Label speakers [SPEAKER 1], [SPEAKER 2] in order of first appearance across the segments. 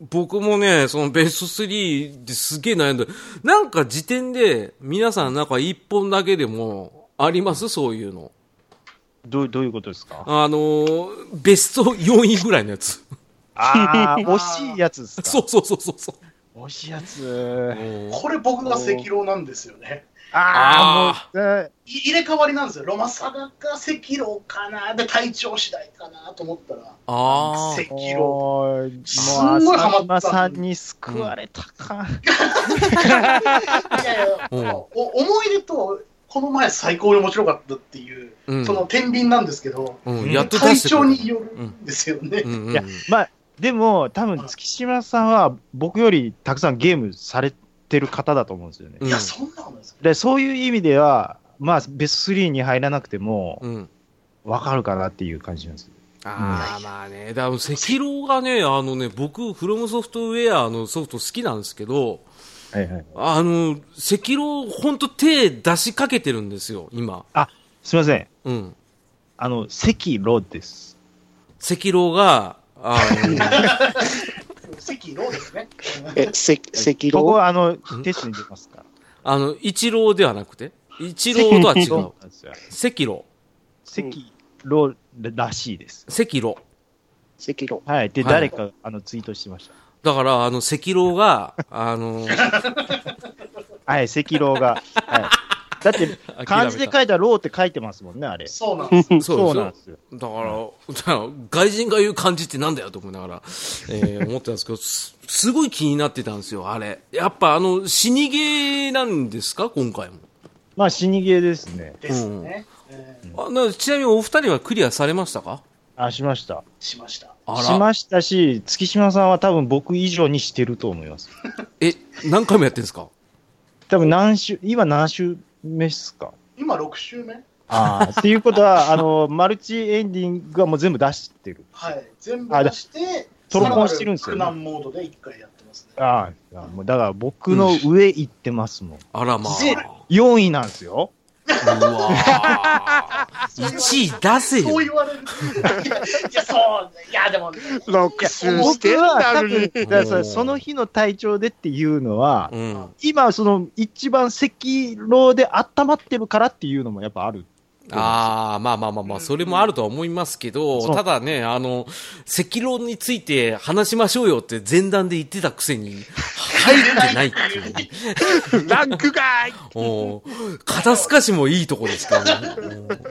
[SPEAKER 1] 僕もね、そのベスト3ですげえ悩んだ。なんか時点で、皆さんなんか一本だけでもありますそういうの。
[SPEAKER 2] どうどういうことですか
[SPEAKER 1] あのーベスト4位ぐらいのやつ。
[SPEAKER 2] あ あ、惜しいやつですか。
[SPEAKER 1] そうそうそうそうそう。
[SPEAKER 2] 惜しいやつ。
[SPEAKER 3] これ僕が赤狼なんですよね。
[SPEAKER 2] ああ、もう、
[SPEAKER 3] い入れ替わりなんですよ。ロマサガか赤狼かな。で、体調次第かなと思ったら、
[SPEAKER 1] あ
[SPEAKER 3] 赤
[SPEAKER 1] ー。
[SPEAKER 3] 狼。
[SPEAKER 2] もう、
[SPEAKER 3] すんごいハマった
[SPEAKER 2] まさんに救われたか。
[SPEAKER 3] いやいや、
[SPEAKER 1] うん
[SPEAKER 3] お思い出と、この前最高に面白かったっていう、
[SPEAKER 1] うん
[SPEAKER 3] その天秤なんですけど、
[SPEAKER 1] うん、やっと出
[SPEAKER 3] 体
[SPEAKER 1] してく
[SPEAKER 3] 調
[SPEAKER 1] れ
[SPEAKER 3] によるんですよね。
[SPEAKER 1] うんうん
[SPEAKER 2] いやまあ、でも、多分月島さんは僕よりたくさんゲームされてる方だと思うんですよね。
[SPEAKER 1] うん
[SPEAKER 3] いや、そんなことないですよ。
[SPEAKER 2] で、そういう意味では、まあ、ベスト3に入らなくても、
[SPEAKER 1] うん。
[SPEAKER 2] わかるかなっていう感じなんです。
[SPEAKER 1] ああ、まあね。だから、赤狼がね、あのね、僕、フロムソフトウェアのソフト好きなんですけど、
[SPEAKER 2] はいはい。
[SPEAKER 1] あの、赤狼、ほんと手出しかけてるんですよ、今。
[SPEAKER 2] すいません。
[SPEAKER 1] うん。
[SPEAKER 2] あの、赤炉です。
[SPEAKER 1] 赤狼が、あの、
[SPEAKER 3] 赤狼で すね。
[SPEAKER 4] え、せ、赤
[SPEAKER 2] ここ
[SPEAKER 4] 老
[SPEAKER 2] は、あの、テストに出ますから。
[SPEAKER 1] あの、一郎ではなくて、一郎とは違
[SPEAKER 2] そう
[SPEAKER 1] う。
[SPEAKER 2] なんですよ。
[SPEAKER 1] 赤狼。
[SPEAKER 2] 赤炉らしいです。
[SPEAKER 1] 赤狼。
[SPEAKER 4] 赤 老
[SPEAKER 2] はい。で、
[SPEAKER 1] はい
[SPEAKER 2] 誰か、あの、ツイートしてました。
[SPEAKER 1] だから、あの、赤狼が、あの、
[SPEAKER 2] はい、赤老が。はい、だって、
[SPEAKER 1] た
[SPEAKER 2] 漢字で書いたろうって書いてますもんね、あれ。
[SPEAKER 3] そうなんです。
[SPEAKER 1] そう
[SPEAKER 2] な
[SPEAKER 1] で
[SPEAKER 2] んですよ。
[SPEAKER 1] すよ。だから、だから外人が言う漢字ってなんだよと思いながら、えー思ってたんですけど、すすごい気になってたんですよ、あれ。やっぱ、あの、死にゲーなんですか今回も。
[SPEAKER 2] まあ、死にゲーですね。
[SPEAKER 3] ですね。えー
[SPEAKER 1] あなちなみにお二人はクリアされましたか
[SPEAKER 2] あ、しました。
[SPEAKER 3] しました。
[SPEAKER 1] あら。
[SPEAKER 2] しましたし、月島さんは多分僕以上にしてると思います。
[SPEAKER 1] え、何回もやってんですか
[SPEAKER 2] 多分何週、今何週目っすか
[SPEAKER 3] 今6週目
[SPEAKER 2] ああ。っていうことは、あの、マルチエンディングはもう全部出してる。
[SPEAKER 3] はい。全部出して、
[SPEAKER 2] トロコンしてるんですよね
[SPEAKER 3] さらなる苦難モードで一回やってますね。
[SPEAKER 2] ああ。もうだから僕の上行ってますもん。
[SPEAKER 1] あら、ま
[SPEAKER 3] ゼ
[SPEAKER 1] あ。
[SPEAKER 2] 4位なんですよ。
[SPEAKER 1] うわ
[SPEAKER 3] そう言われる
[SPEAKER 1] 1位出せ
[SPEAKER 3] そう
[SPEAKER 1] よ。
[SPEAKER 3] 言われる。いや いや、そう、いや、でも、
[SPEAKER 4] 6周してん
[SPEAKER 2] は
[SPEAKER 4] だ
[SPEAKER 2] 多
[SPEAKER 4] ろ
[SPEAKER 2] 分、だからさその日の体調でっていうのは、
[SPEAKER 1] うん。
[SPEAKER 2] 今、その一番赤老で温まってるからっていうのもやっぱある。
[SPEAKER 1] ああ、まあまあまあまあ、それもあるとは思いますけ
[SPEAKER 2] そ
[SPEAKER 1] ど、
[SPEAKER 2] う
[SPEAKER 1] ただね、あの、赤狼について話しましょうよって前段で言ってたくせに、入ってないっていう。
[SPEAKER 4] ランク外
[SPEAKER 1] おー肩透かしもいいとこですから ね。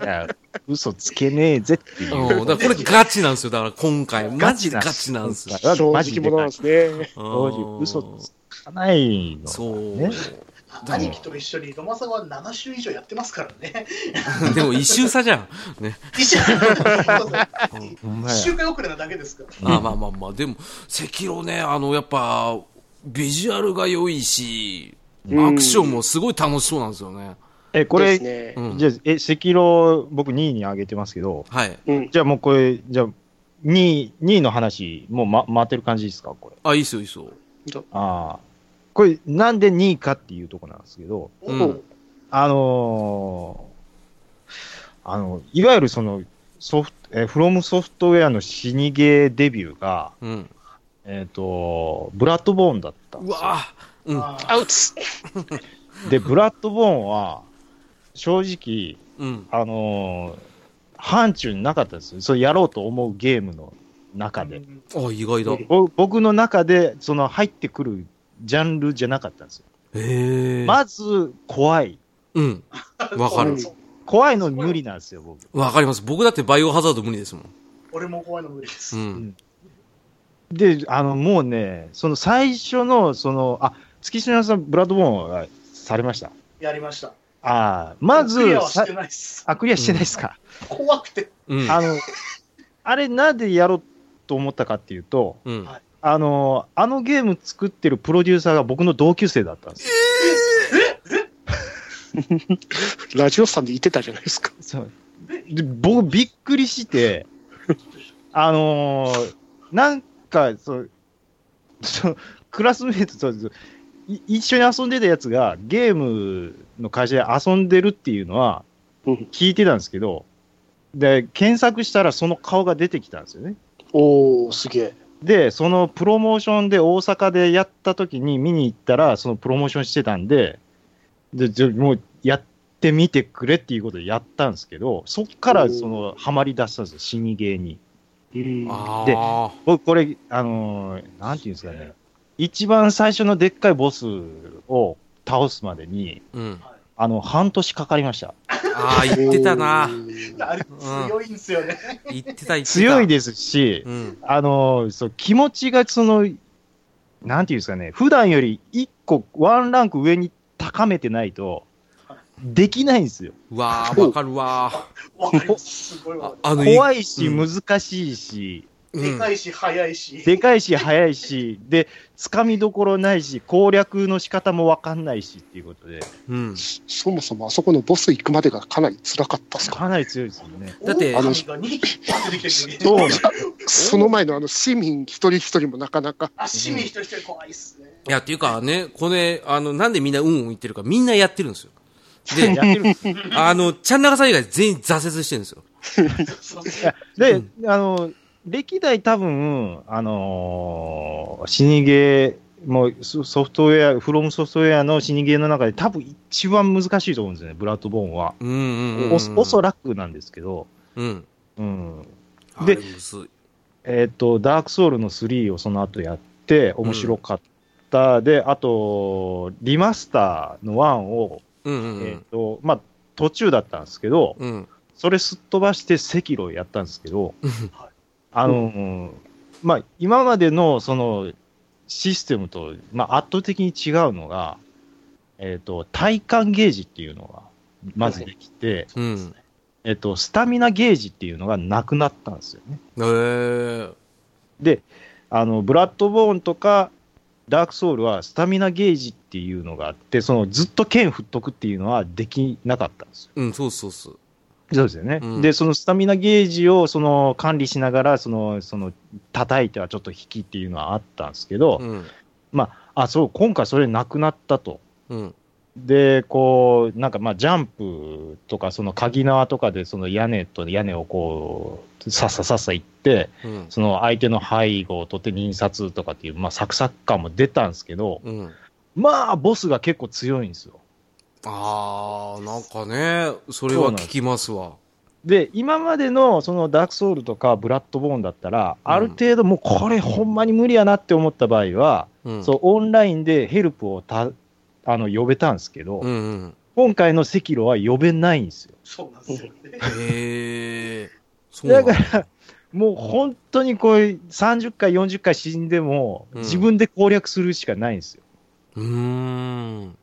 [SPEAKER 2] いや嘘つけねえぜってい
[SPEAKER 1] う
[SPEAKER 2] う。
[SPEAKER 1] ん、だからこれガチなんですよ。だから今回、マジでガ
[SPEAKER 2] ガ
[SPEAKER 1] チ
[SPEAKER 2] チ
[SPEAKER 1] な
[SPEAKER 2] なんん
[SPEAKER 1] ですすよ。
[SPEAKER 4] 正直者なんですね。
[SPEAKER 2] 当時
[SPEAKER 1] うん
[SPEAKER 2] 嘘つかないの。
[SPEAKER 1] そう。
[SPEAKER 2] ね
[SPEAKER 3] 兄貴と一緒にロマさんは7週以上やってますからね。
[SPEAKER 1] でも一周差じゃん。ね。
[SPEAKER 3] 一週
[SPEAKER 2] お前
[SPEAKER 3] 一週間遅れなだけですから。
[SPEAKER 1] あまあまあまあ、でも、赤狼ね、あの、やっぱ、ビジュアルが良いし、
[SPEAKER 4] うん
[SPEAKER 1] アクションもすごい楽しそうなんですよね。
[SPEAKER 2] え、これ、
[SPEAKER 4] ですね
[SPEAKER 1] う。ん
[SPEAKER 2] じゃあ、え、赤老、僕2位に上げてますけど、
[SPEAKER 1] はい。
[SPEAKER 4] うん。
[SPEAKER 2] じゃあもうこれ、じゃあ、2位、2位の話、もう、ま、回ってる感じですか、これ。
[SPEAKER 1] あ、いいっすよ、いいっすよ。
[SPEAKER 2] ああ。これ、なんで2位かっていうとこなんですけど、
[SPEAKER 1] うん
[SPEAKER 3] お
[SPEAKER 2] あのーあの、いわゆるその、ソフト、え、フロムソフトウェアの死にゲーデビューが、
[SPEAKER 1] うん。
[SPEAKER 2] えっ、と、ブラッドボーンだったん
[SPEAKER 1] う
[SPEAKER 2] ですよ
[SPEAKER 1] わぁ。うん。
[SPEAKER 3] あー
[SPEAKER 4] アウツ
[SPEAKER 2] で、ブラッドボーンは、正直、
[SPEAKER 1] うん。
[SPEAKER 2] あのー範疇になかったですよ。それやろうと思うゲームの中で。
[SPEAKER 1] あ、意外だ。へ
[SPEAKER 2] ぼ僕の中で、その入ってくるジャンルじゃなかったんですよ。
[SPEAKER 1] え。
[SPEAKER 2] まず、怖い。
[SPEAKER 1] うん。わかる。
[SPEAKER 3] そう
[SPEAKER 2] 怖いの無理なんですよ、僕。
[SPEAKER 1] わかります。僕だってバイオハザード無理ですもん。
[SPEAKER 3] 俺も怖いの無理で
[SPEAKER 1] う
[SPEAKER 3] す。
[SPEAKER 1] ん。
[SPEAKER 2] で、あの、もうね、その最初の、その、あ、月島さん、ブラッドボーンはされました。
[SPEAKER 3] やりました。
[SPEAKER 2] ああ、まず
[SPEAKER 3] クリア、はし
[SPEAKER 2] さ
[SPEAKER 3] てないっす。
[SPEAKER 2] あ、クリアしてないですか。
[SPEAKER 3] 怖くて。
[SPEAKER 1] うん。
[SPEAKER 2] あの、あれなんでやろうと思ったかっていうと、
[SPEAKER 1] うん。
[SPEAKER 2] あの、あのゲーム作ってるプロデューサーが僕の同級生だったんですよ。
[SPEAKER 4] ラジオスさんで言ってたじゃないですか。
[SPEAKER 2] そうで僕びっくりして、あのーなんかそう、そうクラスメートとい一緒に遊んでたやつがゲームの会社で遊んでるっていうのは
[SPEAKER 4] うん
[SPEAKER 2] 聞いてたんですけど、で、検索したらその顔が出てきたんですよね。
[SPEAKER 4] おー、すげえ。
[SPEAKER 2] で、そのプロモーションで大阪でやった時に見に行ったら、そのプロモーションしてたんで、で、じゃもうやってみてくれっていうことでやったんですけど、そっからその、ハマり出したんですよ、死に芸に。
[SPEAKER 4] うん。
[SPEAKER 1] あ
[SPEAKER 2] で
[SPEAKER 1] あ。
[SPEAKER 2] 僕、これ、あのーなんていうんですかね、一番最初のでっかいボスを倒すまでに、
[SPEAKER 1] うん。
[SPEAKER 2] あの、半年かかりました。
[SPEAKER 1] ああ、言ってたな。
[SPEAKER 3] あれ強いんですよね。
[SPEAKER 1] 言ってた、言ってた。
[SPEAKER 2] 強い。ですし、
[SPEAKER 1] うん。
[SPEAKER 2] あのーそう、気持ちがその、なんていうんですかね、普段より一個、ワンランク上に高めてないと、できないんですよ。
[SPEAKER 1] うわあ、わかるわ
[SPEAKER 3] わかります。すごいわ
[SPEAKER 1] あ
[SPEAKER 3] か。
[SPEAKER 1] あの、
[SPEAKER 2] 怖いし、
[SPEAKER 1] うん
[SPEAKER 2] 難しいし、
[SPEAKER 1] う
[SPEAKER 3] る。で
[SPEAKER 1] ん
[SPEAKER 3] か。いし、速いし。
[SPEAKER 2] でかいし、速いし、で、つかみどころないし、攻略の仕方もわかんないしっていうことで、
[SPEAKER 1] うん。
[SPEAKER 4] そもそもあそこのボス行くまでがかなり辛かったっすか
[SPEAKER 2] かなり強いですよ ね。
[SPEAKER 1] だって
[SPEAKER 3] あの人が2匹出てきてる
[SPEAKER 2] そうなん
[SPEAKER 3] 人
[SPEAKER 2] です
[SPEAKER 3] 間
[SPEAKER 4] その前のあの市民一人一人もなかなか。
[SPEAKER 3] あ、市民一人一人怖いっすね。
[SPEAKER 1] いや、っていうかね、これ、あの、なんでみんなうんうん言ってるか、みんなやってるんですよ。
[SPEAKER 2] や
[SPEAKER 1] で
[SPEAKER 2] っ、てるんですよ
[SPEAKER 1] あの、ちゃんなかさん以外全員挫折してるんですよ。
[SPEAKER 3] そう
[SPEAKER 2] で、
[SPEAKER 1] うん
[SPEAKER 2] あの、歴代多分、あのー死にゲーもソソフトウェア、フロムソフトウェアの死にゲーの中で多分一番難しいと思うんですよね、ブラッドボーンは。
[SPEAKER 1] うんうんうん。
[SPEAKER 2] おそおそらくなんですけど、
[SPEAKER 1] うん。
[SPEAKER 2] うん。
[SPEAKER 1] で、
[SPEAKER 2] で
[SPEAKER 1] むずい
[SPEAKER 2] えっ、と、ダークソウルの3をその後やって、面白かった。で、あと、リマスターの1を、
[SPEAKER 1] うんうんう
[SPEAKER 2] えっ、
[SPEAKER 1] ん。
[SPEAKER 2] と、まあ、途中だったんですけど、
[SPEAKER 1] うん。
[SPEAKER 2] それすっ飛ばして赤炉やったんですけど、あの、まあ、今までのそのシステムと、まあ、圧倒的に違うのが、えっ、と、体幹ゲージっていうのが、まずできて、
[SPEAKER 1] うん。
[SPEAKER 2] えっ、と、スタミナゲージっていうのがなくなったんですよね。
[SPEAKER 1] えー。
[SPEAKER 2] で、あの、ブラッドボーンとか、ダークソウルはスタミナゲージっていうのがあって、そのずっと剣振っとくっていうのはできなかったんですよ
[SPEAKER 1] うん、そうそうそう。
[SPEAKER 2] そうですよね。
[SPEAKER 1] うん
[SPEAKER 2] で、そのスタミナゲージをその管理しながら、その、その、叩いてはちょっと引きっていうのはあったんですけど、
[SPEAKER 1] うん。
[SPEAKER 2] あ、そう、今回それなくなったと。
[SPEAKER 1] うん。
[SPEAKER 2] で、こう、なんかまあ、ジャンプとか、その鍵縄とかで、その屋根と屋根をこう、さっささっさ行って、
[SPEAKER 1] うん。
[SPEAKER 2] その相手の背後を取って忍殺とかっていう、まあ、サクサク感も出たんですけど、
[SPEAKER 1] うん。
[SPEAKER 2] まあ、ボスが結構強いんですよ。
[SPEAKER 1] ああ、なんかね、それは聞きますわ。
[SPEAKER 2] で、今までのそのダークソウルとかブラッドボーンだったら、
[SPEAKER 1] うん
[SPEAKER 2] ある程度もうこれほんまに無理やなって思った場合は、
[SPEAKER 1] うん。
[SPEAKER 2] そうオンラインでヘルプをたあの呼べたんですけど、
[SPEAKER 1] うんうん。
[SPEAKER 2] 今回の赤炉は呼べないんですよ。
[SPEAKER 3] そうなんですよね。
[SPEAKER 1] へえ。そうな
[SPEAKER 2] だ
[SPEAKER 1] んだ
[SPEAKER 2] から、もう本当にこういう30回、40回死んでも、
[SPEAKER 1] うん
[SPEAKER 2] 自分で攻略するしかないんですよ。
[SPEAKER 1] うーん。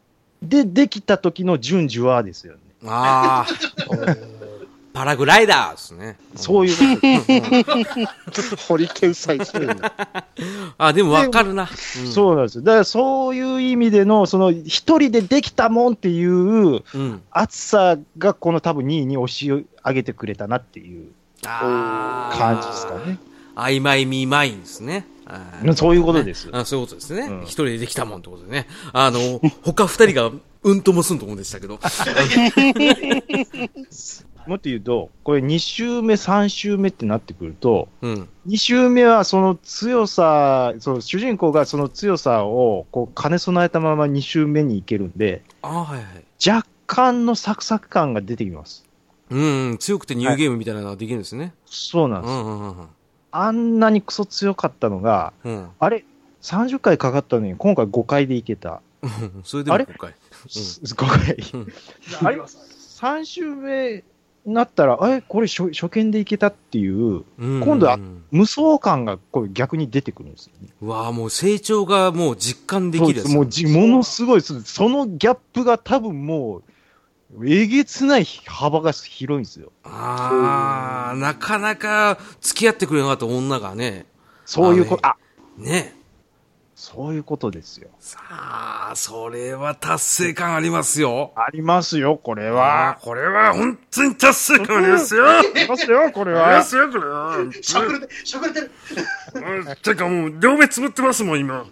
[SPEAKER 2] で、できた時の順序はですよね。
[SPEAKER 1] ああ。パラグライダーですね。
[SPEAKER 2] そういうことです。
[SPEAKER 4] ホリケンサイズ。
[SPEAKER 1] あ、でもわかるな。う
[SPEAKER 2] そうなんですよ。だからそういう意味での、その一人でできたもんっていう、
[SPEAKER 1] ん。うん。
[SPEAKER 2] 暑さがこの多分2位に押し上げてくれたなっていう
[SPEAKER 1] あー
[SPEAKER 2] 感じですかね。
[SPEAKER 1] 曖昧見まいんですね。あー
[SPEAKER 2] そういうことです。
[SPEAKER 1] あそういうことですね
[SPEAKER 2] うん。
[SPEAKER 1] 一人でできたもんってことでね。あの、他二人がうんともすんともでしたけど。
[SPEAKER 2] もっと言うと、これ2周目、3周目ってなってくると、
[SPEAKER 1] うん。
[SPEAKER 2] 2周目はその強さ、その主人公がその強さをこう兼ね備えたまま2周目に行けるんで、
[SPEAKER 1] あーはいはい。
[SPEAKER 2] 若干のサクサク感が出てきます。
[SPEAKER 1] うんうん、強くてニューゲームみたいなのができるんですね。
[SPEAKER 2] そう
[SPEAKER 1] う
[SPEAKER 2] な
[SPEAKER 1] んん
[SPEAKER 2] で
[SPEAKER 1] う
[SPEAKER 2] す。
[SPEAKER 1] んうん
[SPEAKER 2] あんなにクソ強かったのが、
[SPEAKER 1] うん。
[SPEAKER 2] あれ ?30 回かかったのに今回5回で行けた。
[SPEAKER 1] うん。 それでも
[SPEAKER 2] あれ
[SPEAKER 1] 今回。
[SPEAKER 2] 5回。
[SPEAKER 3] あります。
[SPEAKER 2] 3周目になったら、え、これ初初見でいけたっていう、
[SPEAKER 1] 今
[SPEAKER 2] 今度は無双感がこう逆に出てくるんですよね。
[SPEAKER 1] うわあもう成長がもう実感できるやつ。
[SPEAKER 2] そうですもうじものすごいです、そのギャップが多分もう、えげつない幅が広いんですよ。
[SPEAKER 1] ああ、なかなか付き合ってくれなかった女がね、
[SPEAKER 2] そういうこあ,、
[SPEAKER 1] ね。
[SPEAKER 2] そういうことですよ。
[SPEAKER 1] さあ、それは達成感ありますよ。
[SPEAKER 2] ありますよ、これ
[SPEAKER 1] あ
[SPEAKER 2] は。
[SPEAKER 1] あ、これは本当に達成感ありますよ。あ
[SPEAKER 2] ありますよ、これ
[SPEAKER 1] りま
[SPEAKER 2] は。
[SPEAKER 1] すよ、これは。うん
[SPEAKER 3] しゃくれて、しゃくれてる。
[SPEAKER 1] てかもう、両目つぶってますもん、今。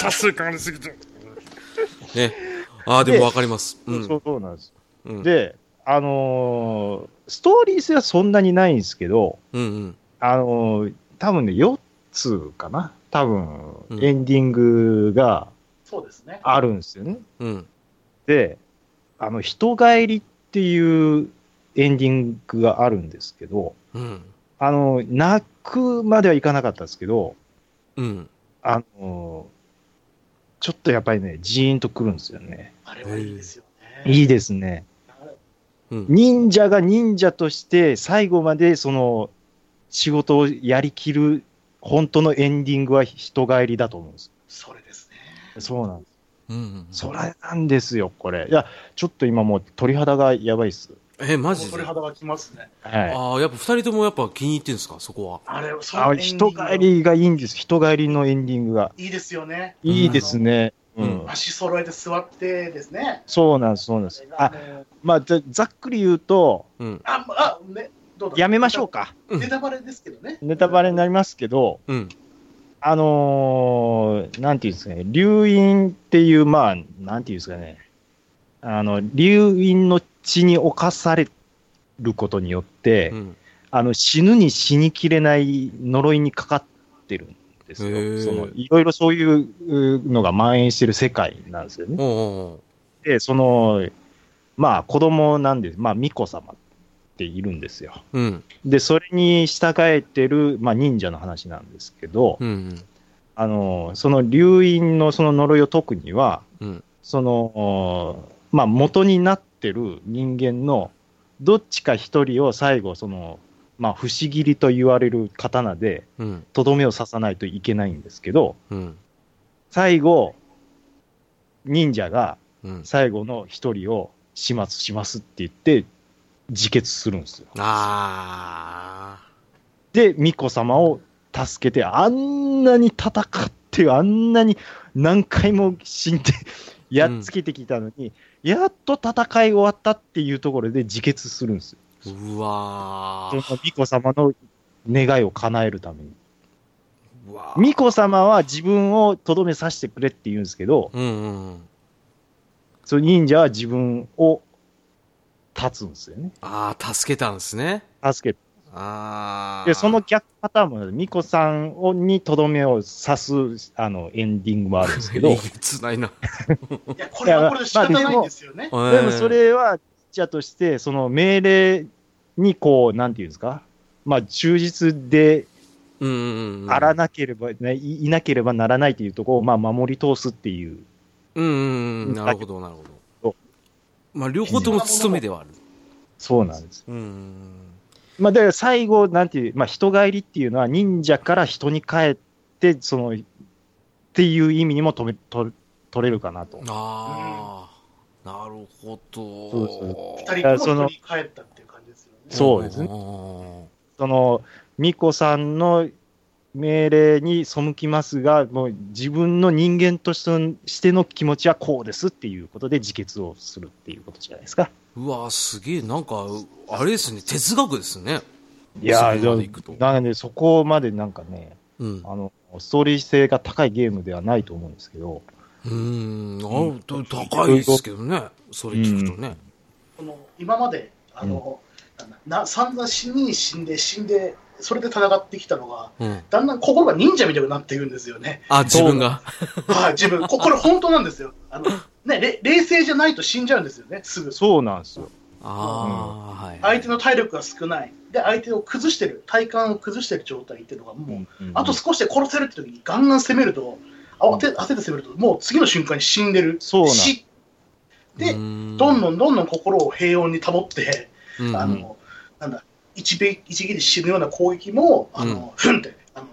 [SPEAKER 5] 達成感ありすぎて。
[SPEAKER 1] ね。ああ、でもわかります。う。
[SPEAKER 2] そうんそうなんです。
[SPEAKER 1] うん。
[SPEAKER 2] で、あのーストーリー性はそんなにないんですけど、
[SPEAKER 1] うんうん。
[SPEAKER 2] あのー多分ね、4 2かな多分
[SPEAKER 1] う、ん
[SPEAKER 2] エンディングが
[SPEAKER 3] そうですね。
[SPEAKER 2] あるんですよね。
[SPEAKER 1] うん。
[SPEAKER 2] で、あの、人帰りっていうエンディングがあるんですけど、
[SPEAKER 1] うん。
[SPEAKER 2] あの、泣くまではいかなかったんですけど、
[SPEAKER 1] うん。
[SPEAKER 2] あの、ちょっとやっぱりね、ジーンとくるんですよね。
[SPEAKER 3] あれはいいですよね。
[SPEAKER 2] いいですね。
[SPEAKER 1] うん。
[SPEAKER 2] 忍者が忍者として最後までその仕事をやりきる本当のエンディングは人帰りだと思うんです。
[SPEAKER 3] それですね。
[SPEAKER 2] そうなんです。
[SPEAKER 1] うん。
[SPEAKER 2] それなんですよ、これ。いや、ちょっと今もう鳥肌がやばいっす。
[SPEAKER 1] え、マジで
[SPEAKER 3] 鳥肌がきますね。
[SPEAKER 2] はい。
[SPEAKER 1] ああ、やっぱ二人ともやっぱ気に入ってんすか、そこは。
[SPEAKER 3] あれ、そ
[SPEAKER 2] あ
[SPEAKER 3] のエンディング
[SPEAKER 2] 人帰。りがいいんです。人帰りのエンディングが。
[SPEAKER 3] いいですよね。
[SPEAKER 2] いいですね。
[SPEAKER 1] う
[SPEAKER 2] うんん。
[SPEAKER 3] 足揃えて座ってですね。
[SPEAKER 2] そうなんです、そうなんです。あ、
[SPEAKER 3] の
[SPEAKER 2] まあ、ざざっくり言うと、
[SPEAKER 1] うん。
[SPEAKER 3] あ、まあ、ね、どうだ
[SPEAKER 2] やめましょう。か。
[SPEAKER 1] うん
[SPEAKER 3] ネタバレですけどね。
[SPEAKER 2] ネタバレになりますけど、
[SPEAKER 1] うん。
[SPEAKER 2] あのーなんていうんですかね、流飲っていう、まあ、なんていうんですかね、あの、流飲の血に侵されることによって、
[SPEAKER 1] うん。
[SPEAKER 2] あの、死ぬに死にきれない呪いにかかってるんです
[SPEAKER 1] へー
[SPEAKER 2] よ。その、いろいろそういううのが蔓延してる世界なんですよね。
[SPEAKER 1] おう
[SPEAKER 2] で、その、まあ、子供なんです、まあ、巫女様っているんですよ。
[SPEAKER 1] おううん。
[SPEAKER 2] で、それに従えてる、まあ、忍者の話なんですけど、
[SPEAKER 1] うん。
[SPEAKER 2] あの、その流因のその呪いを解くには、
[SPEAKER 1] うん
[SPEAKER 2] その、おまあ、元になってる人間のどっちか一人を最後、その、まあ、不思議りと言われる刀で、
[SPEAKER 1] うん。
[SPEAKER 2] とどめを刺さないといけないんですけど、
[SPEAKER 1] うん。
[SPEAKER 2] 最後、忍者が
[SPEAKER 1] うん。
[SPEAKER 2] 最後の一人を始末しますって言って、自決するんですよ。
[SPEAKER 1] ああ。
[SPEAKER 2] で、巫女様を助けて、あんなに戦って、あんなに何回も死んで、 やっつけてきたのに、やっと戦い終わったっていうところで自決するんですよ。
[SPEAKER 1] うわ
[SPEAKER 2] その
[SPEAKER 1] ー
[SPEAKER 2] 巫女様の願いを叶えるために。
[SPEAKER 1] うわー
[SPEAKER 2] 巫女様は自分をとどめさせてくれって言うんですけど、
[SPEAKER 1] うんうんうん。
[SPEAKER 2] その忍者は自分を立つんですよね。
[SPEAKER 1] ああ、助けたんですね。
[SPEAKER 2] 助けて。
[SPEAKER 1] ああ。
[SPEAKER 2] で、その、逆パターンもある、巫女さんをにとどめを刺す、あの、エンディングもあるんです けど、
[SPEAKER 1] つないな。
[SPEAKER 3] いや、これはこれで仕方ないんですよ
[SPEAKER 1] で
[SPEAKER 3] ね。
[SPEAKER 2] でもそ、れは、じゃとして、その命令にこう、なんていうんですか、まあ、忠実で
[SPEAKER 1] うんうんうん。
[SPEAKER 2] あらなければ、ねい、いなければならないというところを、まあ、守り通すっていう、
[SPEAKER 1] うんうんうん。なるほど、なるほど
[SPEAKER 2] そ。
[SPEAKER 1] まあ、両方とも務めではある。
[SPEAKER 2] そうなんです。
[SPEAKER 1] うんうん
[SPEAKER 2] まあ、だから最後、なんていう、まあ、人帰りっていうのは、忍者から人に帰って、その、っていう意味にもとめ取れ取れるかなと
[SPEAKER 1] うん。。ああ。なるほど。
[SPEAKER 2] そうそ
[SPEAKER 3] 二
[SPEAKER 2] いや
[SPEAKER 3] 人
[SPEAKER 2] そ
[SPEAKER 3] と
[SPEAKER 2] の
[SPEAKER 3] も取り帰ったっていう感じですよね。
[SPEAKER 2] そうですね
[SPEAKER 1] ね。
[SPEAKER 2] その、巫女さんの命令に背きますが、もう自分の人間としてのしての気持ちはこうですっていうことで自決をするっていうことじゃないですか。
[SPEAKER 1] うわーすげえ、なんか、あれですね、哲学ですね。
[SPEAKER 2] いやー
[SPEAKER 1] そこまで行くと
[SPEAKER 2] なので、そこまでなんかね、
[SPEAKER 1] うん。
[SPEAKER 2] あの、ストーリー性が高いゲームではないと思うんですけど、
[SPEAKER 1] うーん、なるほど高いですけどね、それ聞くとね。
[SPEAKER 3] この今まで、あの、なんだな散々死に死んで死んで、それで戦ってきたのが、
[SPEAKER 1] うん。
[SPEAKER 3] だんだん心が忍者みたいになっていくんですよね。
[SPEAKER 1] あ、自分が。
[SPEAKER 3] はい、自分。ここれ本当なんですよ。あの、ね、れ冷静じゃないと死んじゃうんですよね、すぐ。
[SPEAKER 2] そうなんですよ。
[SPEAKER 1] ああ、はい。
[SPEAKER 3] 相手の体力が少ない。で、相手を崩してる。体幹を崩してる状態っていうのが、もう、あと少しで殺せるって時にガンガン攻めると、慌て焦って攻めると、もう次の瞬間に死んでる。
[SPEAKER 2] そうなん
[SPEAKER 3] 死で、ど
[SPEAKER 1] ど
[SPEAKER 3] んどんどんどん心を平穏に保って、
[SPEAKER 1] うん、
[SPEAKER 3] あの、なんだ、一撃一撃で死ぬような攻撃も、あの、ふんって、あの、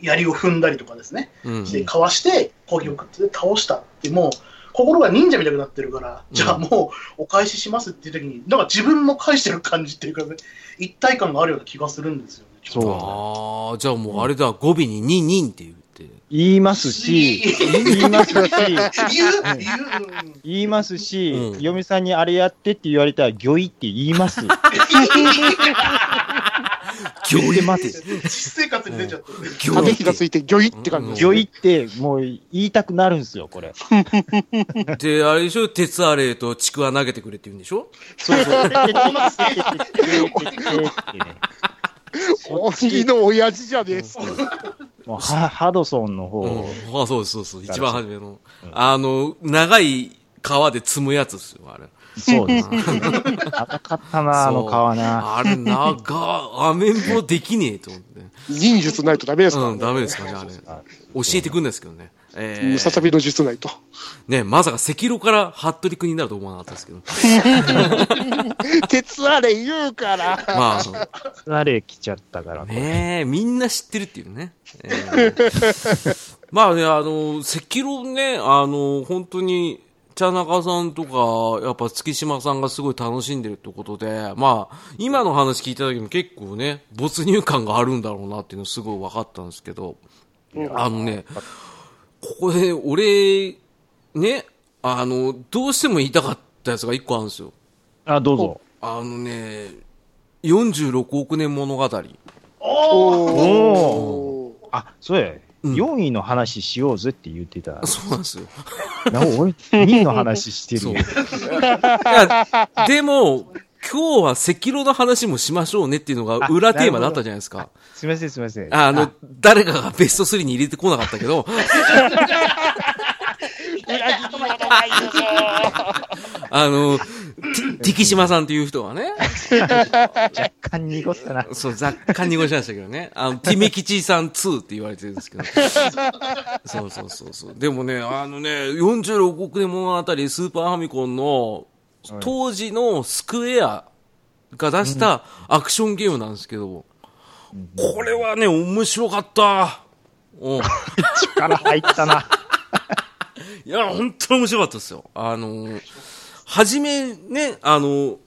[SPEAKER 3] 槍を踏んだりとかですね、
[SPEAKER 1] うん
[SPEAKER 3] して、かわして、攻撃を食って倒したって、もう、心が忍者みたいになってるから、
[SPEAKER 1] うん
[SPEAKER 3] じゃあもう、お返ししますっていう時に、なんか自分も返してる感じっていうかね、一体感があるような気がするんですよね。ちょっ
[SPEAKER 2] そ
[SPEAKER 3] と
[SPEAKER 2] う
[SPEAKER 1] ああ、じゃあもうあれだ、語尾にニンニンって言って。
[SPEAKER 2] 言いますし、言いますし、
[SPEAKER 3] 言う、言う、うん
[SPEAKER 2] 言いますし、
[SPEAKER 1] うん
[SPEAKER 2] 嫁さんにあれやってって言われたら、魚いって言います。
[SPEAKER 1] 魚い
[SPEAKER 2] で待て。
[SPEAKER 3] 実生活に出ちゃってる。
[SPEAKER 1] 魚
[SPEAKER 4] 壁
[SPEAKER 1] い
[SPEAKER 4] 火がついて、ギョイって感じですね、
[SPEAKER 2] 魚いって、もう言いたくなるんですよ、これ。
[SPEAKER 1] で、あれでしょ、鉄アレイとちくわ投げてくれって言うんでしょ
[SPEAKER 2] そうそう。
[SPEAKER 4] 鬼の親父じゃねえっすね
[SPEAKER 2] もうハハドソンの方、
[SPEAKER 1] うん、あそうです、そうです。一番初めの。
[SPEAKER 2] うん
[SPEAKER 1] あの、長い川で積むやつですよ、あれ。
[SPEAKER 2] そうですね。赤かったな、あの川な。
[SPEAKER 1] あれ、長っ、雨んぼできねえと思って。
[SPEAKER 4] 忍術ないとダメですから
[SPEAKER 1] う
[SPEAKER 4] ね
[SPEAKER 1] ん、ダメですかね、あれ。教えてくんないですけどね。え
[SPEAKER 4] ムササ
[SPEAKER 1] ー、
[SPEAKER 4] ビの術ないと。
[SPEAKER 1] ね、まさか赤炉から服部君になると思わなかったですけ ど。
[SPEAKER 4] 鉄あれ言うから。
[SPEAKER 1] まああの、
[SPEAKER 2] あれ来ちゃったからね。
[SPEAKER 1] ねえ、みんな知ってるっていうね。えーまあね、あの、赤炉ね、あの、本当に、茶中さんとか、やっぱ月島さんがすごい楽しんでるってことで、まあ、今の話聞いた時も結構ね、没入感があるんだろうなっていうのすごい分かったんですけど、あのね、ここで俺、ね、あの、どうしても言いたかったやつが一個あるんですよ。
[SPEAKER 2] あ、どうぞ。
[SPEAKER 1] あのね、46億年物語。
[SPEAKER 3] おー
[SPEAKER 2] おあ、そうや。
[SPEAKER 1] うん
[SPEAKER 2] 4位の話しようぜって言ってた。
[SPEAKER 1] そうなんですよ。
[SPEAKER 2] なお俺、2位の話して
[SPEAKER 1] そう。
[SPEAKER 2] る
[SPEAKER 1] い
[SPEAKER 2] よ。
[SPEAKER 1] や、でも、今日は赤炉の話もしましょうねっていうのが裏テーマだったじゃないですか。
[SPEAKER 2] すみません、すみません。
[SPEAKER 1] あの、誰かがベスト3に入れてこなかったけど、あの、敵島さんっていう人はね、
[SPEAKER 2] 若干濁ったな。
[SPEAKER 1] そう、雑貨にごしましたけどね。あの、ティメキチさん2って言われてるんですけど。そうそうそうそう。でもね、あのね、46億年物語スーパーファミコンの、当時のスクエアが出したアクションゲームなんですけど、これはね、面白かった。うん。
[SPEAKER 2] 力入ったな。
[SPEAKER 1] いや、本当に面白かったですよ。あの、はじめね、あの、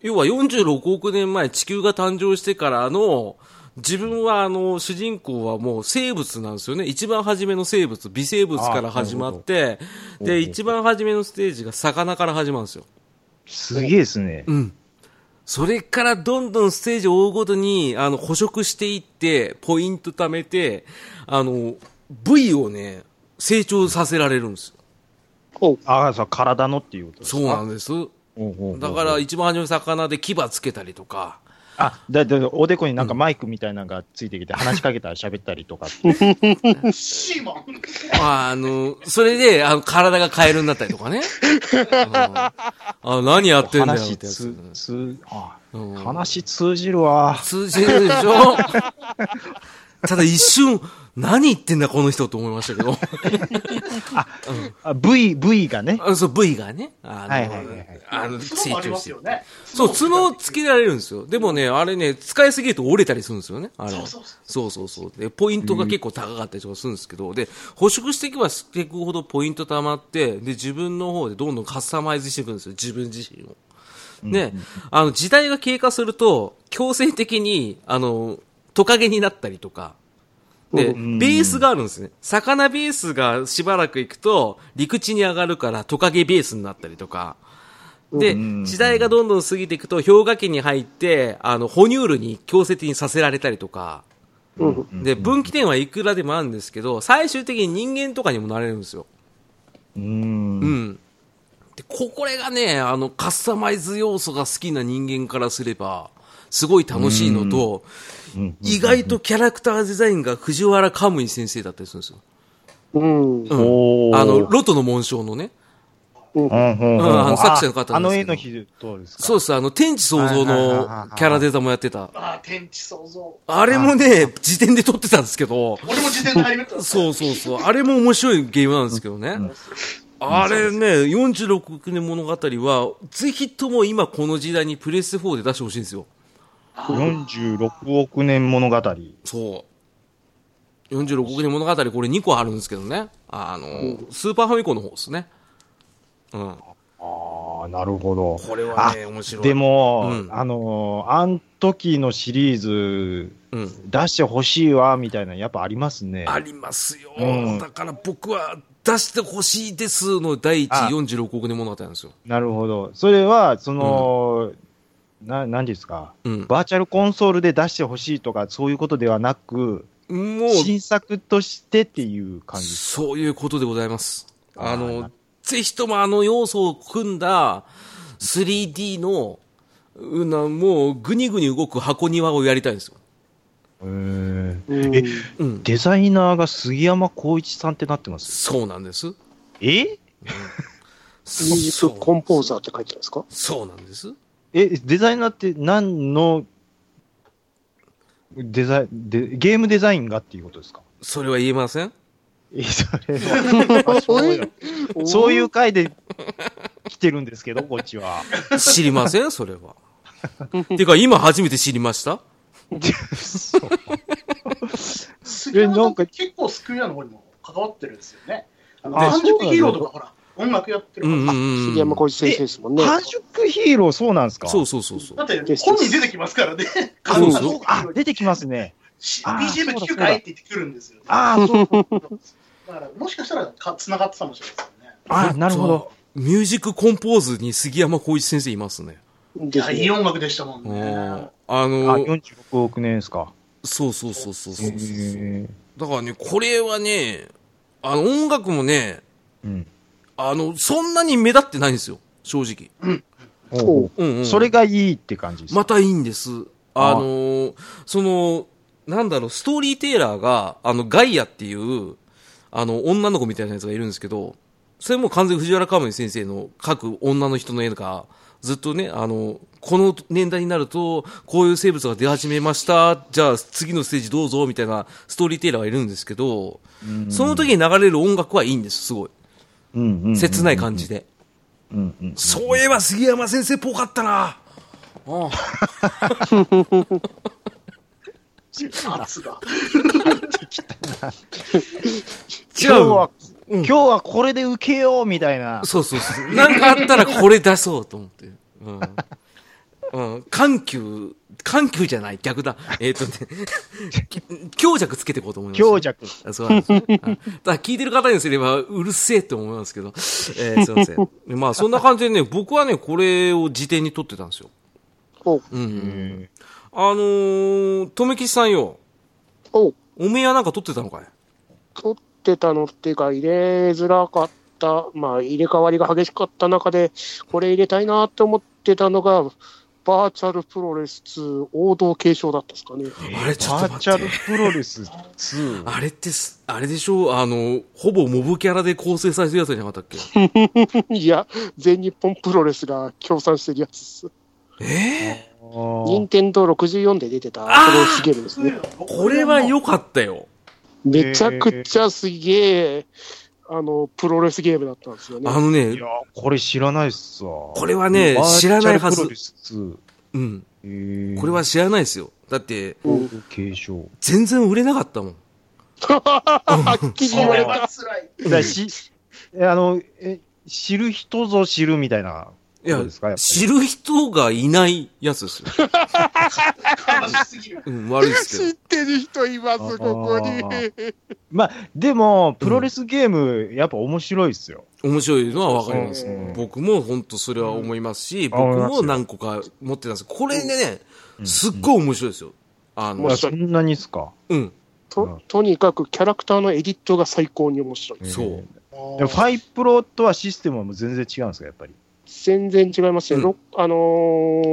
[SPEAKER 1] 要は46億年前地球が誕生してからの、自分はあの、主人公はもう生物なんですよね。一番初めの生物、微生物から始まって、
[SPEAKER 2] ほど
[SPEAKER 1] で、一番初めのステージが魚から始まるんですよ。
[SPEAKER 2] すげえですね。
[SPEAKER 1] うん。それからどんどんステージを追うごとに、あの、捕食していって、ポイント貯めて、あの、部位をね、成長させられるんですよ。
[SPEAKER 4] おう
[SPEAKER 2] ああ、そう、体のっていうことです
[SPEAKER 1] そうなんです。だから、一番初め魚で牙つけたりとか、
[SPEAKER 2] あ、だ、だ、おでこになんかマイクみたいなのがついてきて、話しかけたら喋ったりとかって。
[SPEAKER 3] シーマン。
[SPEAKER 1] あの、それで、あの、体がカエルになったりとかね。うんあ何やってんだよ
[SPEAKER 2] 話
[SPEAKER 1] ってや
[SPEAKER 2] つ
[SPEAKER 1] つ。、
[SPEAKER 2] つ、あ
[SPEAKER 1] うん
[SPEAKER 2] 話通じるわ。
[SPEAKER 1] 通じるでしょただ一瞬、何言ってんだこの人と思いましたけど。
[SPEAKER 2] あ、V、V がね。
[SPEAKER 1] あのそう、部位がね。あの、
[SPEAKER 2] はいはいはいはい
[SPEAKER 1] あの成
[SPEAKER 3] 角あり
[SPEAKER 1] 長
[SPEAKER 3] ま
[SPEAKER 1] し
[SPEAKER 3] す
[SPEAKER 1] て
[SPEAKER 3] よ。ね。
[SPEAKER 1] そう、角つけられるんですよ。でもね、あれね、使いすぎると折れたりするんですよね。あれ
[SPEAKER 3] そうそうそう
[SPEAKER 1] そうそうそうで、ポイントが結構高かったりとかするんですけど、で、捕食していけばしていくほどポイント溜まって、で、自分の方でどんどんカスタマイズしていくんですよ、自分自身を。ね、あの、時代が経過すると、強制的に、あの、トカゲになったりとか、で、ベ
[SPEAKER 2] ん
[SPEAKER 1] ースがあるんですね。魚ベースがしばらく行くと、陸地に上がるからトカゲベースになったりとか、で、
[SPEAKER 2] ん
[SPEAKER 1] 時代がどんどん過ぎていくと、氷河期に入って、あの、哺乳類に強制的にさせられたりとか、
[SPEAKER 4] うん
[SPEAKER 1] で、分岐点はいくらでもあるんですけど、最終的に人間とかにもなれるんですよ。
[SPEAKER 2] う。
[SPEAKER 1] うんん。で、こ、これがね、あの、カスタマイズ要素が好きな人間からすれば、すごい楽しいのと、
[SPEAKER 2] うん
[SPEAKER 1] 意外とキャラクターデザインが藤原カムイ先生だったりするんですよ。
[SPEAKER 4] うん。
[SPEAKER 1] うん
[SPEAKER 2] おー
[SPEAKER 1] あの、ロトの紋章のね。
[SPEAKER 2] うんうんうん
[SPEAKER 1] あの作者の方
[SPEAKER 2] ああ
[SPEAKER 1] なん
[SPEAKER 2] の
[SPEAKER 1] ですけ
[SPEAKER 2] 絵
[SPEAKER 1] ど
[SPEAKER 2] の日どうですか
[SPEAKER 1] そうです、あの、天地創造
[SPEAKER 2] はいはいはい
[SPEAKER 1] の
[SPEAKER 2] はいはい
[SPEAKER 1] キャラデザもやってた。
[SPEAKER 3] ああ、天地創造。
[SPEAKER 1] あれもね、時点で撮ってたんですけど、
[SPEAKER 3] 俺も自転で入りました。
[SPEAKER 1] そうそうそう。あれも面白いゲームなんですけどね。あれね、46億年物語は、ぜひとも今この時代にプレステ4で出してほしいんですよ。
[SPEAKER 2] 46億年物語。
[SPEAKER 1] そう。46億年物語、これ2個あるんですけどね。あの、スーパーファミコンの方ですね。うん。
[SPEAKER 2] ああ、なるほど。
[SPEAKER 1] これはね、面白い。
[SPEAKER 2] で、も
[SPEAKER 1] う、ん
[SPEAKER 2] あのー、あん時のシリーズ
[SPEAKER 1] うん。
[SPEAKER 2] 出してほしいわ、みたいなのやっぱありますね。
[SPEAKER 1] ありますよ、
[SPEAKER 2] うん
[SPEAKER 1] だから僕は出してほしいですの第一
[SPEAKER 2] あ
[SPEAKER 1] 46億年物語なんですよ。
[SPEAKER 2] なるほど。それは、その、な、なんですか。
[SPEAKER 1] うん、
[SPEAKER 2] バーチャルコンソールで出してほしいとか、そういうことではなく、
[SPEAKER 1] もう、
[SPEAKER 2] 新作としてっていう感じ。
[SPEAKER 1] そういうことでございます。あ
[SPEAKER 2] あー
[SPEAKER 1] の
[SPEAKER 2] な、
[SPEAKER 1] ぜひともあの要素を組んだ 3D の、うなもうぐにぐに動く箱庭をやりたいんですよ。
[SPEAKER 2] うん
[SPEAKER 4] うん
[SPEAKER 2] え
[SPEAKER 1] うん。
[SPEAKER 2] デザイナーが杉山浩一さんってなってます。
[SPEAKER 1] そうなんです。うん
[SPEAKER 2] え
[SPEAKER 1] そ
[SPEAKER 4] ミープコンポーザー
[SPEAKER 1] ー。
[SPEAKER 4] って書いてあるんですか
[SPEAKER 1] そうなんです。
[SPEAKER 2] え、デザイナーって何のデザイでゲームデザインがっていうことですか
[SPEAKER 1] それは言えません
[SPEAKER 2] え、それは
[SPEAKER 4] おい
[SPEAKER 2] そういう回で来てるんですけど、こっちは。
[SPEAKER 1] 知りませんそれは。てか、今初めて知りました
[SPEAKER 3] 杉山さ
[SPEAKER 2] なん
[SPEAKER 3] ん
[SPEAKER 2] か
[SPEAKER 3] 結構スクエアの方にも関わってるんですよね。あの、
[SPEAKER 2] あそ
[SPEAKER 3] 半
[SPEAKER 2] う
[SPEAKER 3] 熟
[SPEAKER 2] なんだ
[SPEAKER 3] ヒーローとかほら、音楽やってる
[SPEAKER 1] う
[SPEAKER 3] から
[SPEAKER 1] んうんうん。
[SPEAKER 4] 杉山浩一先生ですもんね。
[SPEAKER 2] 繁殖ヒーロー、そうなんですか
[SPEAKER 1] そううそうそうそう。
[SPEAKER 3] だって本に出てきますから ね。
[SPEAKER 1] あ
[SPEAKER 3] の
[SPEAKER 1] そうそう
[SPEAKER 2] あ、出てきますね。
[SPEAKER 3] し
[SPEAKER 2] あー
[SPEAKER 3] BGM9 回って言ってくるんですよ。
[SPEAKER 2] あーそうそう。
[SPEAKER 3] だから、もしかしたらか繋がってたかもしれないですよね。
[SPEAKER 2] あー、なるほど。
[SPEAKER 1] ミュージックコンポーズに杉山浩一先生いますね。
[SPEAKER 3] い
[SPEAKER 4] で
[SPEAKER 3] や、
[SPEAKER 4] す
[SPEAKER 3] いい
[SPEAKER 4] ね。
[SPEAKER 3] 音楽でしたもん
[SPEAKER 1] う
[SPEAKER 3] ね
[SPEAKER 1] ん。。あ
[SPEAKER 2] あ、
[SPEAKER 1] の、
[SPEAKER 2] 46億年ですか。
[SPEAKER 1] そうそうそうそうそうそうそう。
[SPEAKER 2] へー
[SPEAKER 1] だからね、これはね、あの、音楽もね、
[SPEAKER 2] うん。
[SPEAKER 1] あの、そんなに目立ってないんですよ。正直。
[SPEAKER 2] ほうほう
[SPEAKER 1] うんうん。
[SPEAKER 2] それがいいって感じですか。
[SPEAKER 1] またいいんです。あ
[SPEAKER 2] あ
[SPEAKER 1] のーその、なんだろう、ストーリーテイラーが、あの、ガイアっていう、あの、女の子みたいなやつがいるんですけど、それも完全に藤原かむ先生の描く女の人の絵が、ずっとね、あの、この年代になると、こういう生物が出始めました、じゃあ次のステージどうぞ、みたいなストーリーテイラーがいるんですけど、
[SPEAKER 2] うん
[SPEAKER 1] その時に流れる音楽はいいんです、すごい。
[SPEAKER 2] うんうん
[SPEAKER 1] 切ない感じで。
[SPEAKER 2] うんうん。
[SPEAKER 1] そういえば杉山先生っぽかったな。ああ
[SPEAKER 3] 圧が。
[SPEAKER 2] 今日は、
[SPEAKER 1] うん
[SPEAKER 2] 今日はこれで受けようみたいな。
[SPEAKER 1] そうそうそう。なんかあったらこれ出そうと思って。うん。うん。緩急、緩急じゃない、逆だ。えっ、とね、 強弱つけていこうと思います。
[SPEAKER 2] 強。弱。
[SPEAKER 1] あそうなんですよ。あただ聞いてる方にすれば、うるせえって思いますけど。えーすいません。まあ、そんな感じでね、僕はね、これを辞典に取ってたんですよ。
[SPEAKER 4] おう
[SPEAKER 1] うんうん。あのー、とめきちさんよ。
[SPEAKER 4] おう
[SPEAKER 1] おめえはなんか取ってたのかい
[SPEAKER 4] 取ってたのっていうか、入れづらかった、まあ、入れ替わりが激しかった中で、これ入れたいなって思ってたのが、バーチャルプロレス2王道継承だったですかね。
[SPEAKER 1] あれちょっと待って
[SPEAKER 2] バーチャルプロレス2。
[SPEAKER 1] あれってす、あれでしょあの、ほぼモブキャラで構成されてるやつじゃなか ったっけ
[SPEAKER 4] いや、全日本プロレスが協賛してるやつです。
[SPEAKER 1] ええ
[SPEAKER 4] 任天堂64で出てたプ
[SPEAKER 1] あー
[SPEAKER 4] ロレスゲームですね。
[SPEAKER 1] これは良かったよ。
[SPEAKER 4] めちゃくちゃすげえ、あの、プロレスゲームだったんですよね
[SPEAKER 1] あ。の
[SPEAKER 2] い
[SPEAKER 1] ね
[SPEAKER 2] や、、これ知らないっすわ。
[SPEAKER 1] これはね
[SPEAKER 2] バーチ
[SPEAKER 1] 知
[SPEAKER 2] ャ
[SPEAKER 1] ら
[SPEAKER 2] ル
[SPEAKER 1] ないはず
[SPEAKER 2] プロレス2。
[SPEAKER 1] うん。
[SPEAKER 2] えー
[SPEAKER 1] これは知らないですよ。だって、
[SPEAKER 4] うん
[SPEAKER 2] 継承。
[SPEAKER 1] 全然売れなかったもん。
[SPEAKER 4] はっきり言
[SPEAKER 3] こ
[SPEAKER 4] わ
[SPEAKER 3] れ
[SPEAKER 4] れた。
[SPEAKER 3] は辛い。
[SPEAKER 2] だし、えあの、え、知る人ぞ知るみたいな。
[SPEAKER 1] いや
[SPEAKER 2] そうですかやっぱり
[SPEAKER 1] 知る人がいないやつですよ。
[SPEAKER 3] 悲しすぎる。
[SPEAKER 1] うん、悪いですけど。
[SPEAKER 4] 知ってる人います、ここに
[SPEAKER 2] あ。まあ、でも、プロレスゲーム、やっぱ面白いっすよ。
[SPEAKER 1] 面白いのはわかります
[SPEAKER 2] うん。
[SPEAKER 1] 僕も本当それは思いますし、
[SPEAKER 2] あ思
[SPEAKER 1] 僕
[SPEAKER 2] いますよ
[SPEAKER 1] も何個か持ってたんです。これね、
[SPEAKER 2] うん
[SPEAKER 1] すっごい面白いですよ。あ
[SPEAKER 4] 面
[SPEAKER 1] の
[SPEAKER 2] あ、
[SPEAKER 4] 白
[SPEAKER 2] そ
[SPEAKER 4] い
[SPEAKER 2] んなにっすか。
[SPEAKER 1] うん。
[SPEAKER 4] ととにかくキャラクターのエディットが最高に面白い。
[SPEAKER 1] そう
[SPEAKER 2] えー。
[SPEAKER 3] も
[SPEAKER 2] で
[SPEAKER 3] う
[SPEAKER 2] もファイプロとはシステムはもう全然違うんですか、やっぱり。
[SPEAKER 4] 全然違います
[SPEAKER 1] うん
[SPEAKER 4] ね。ろあの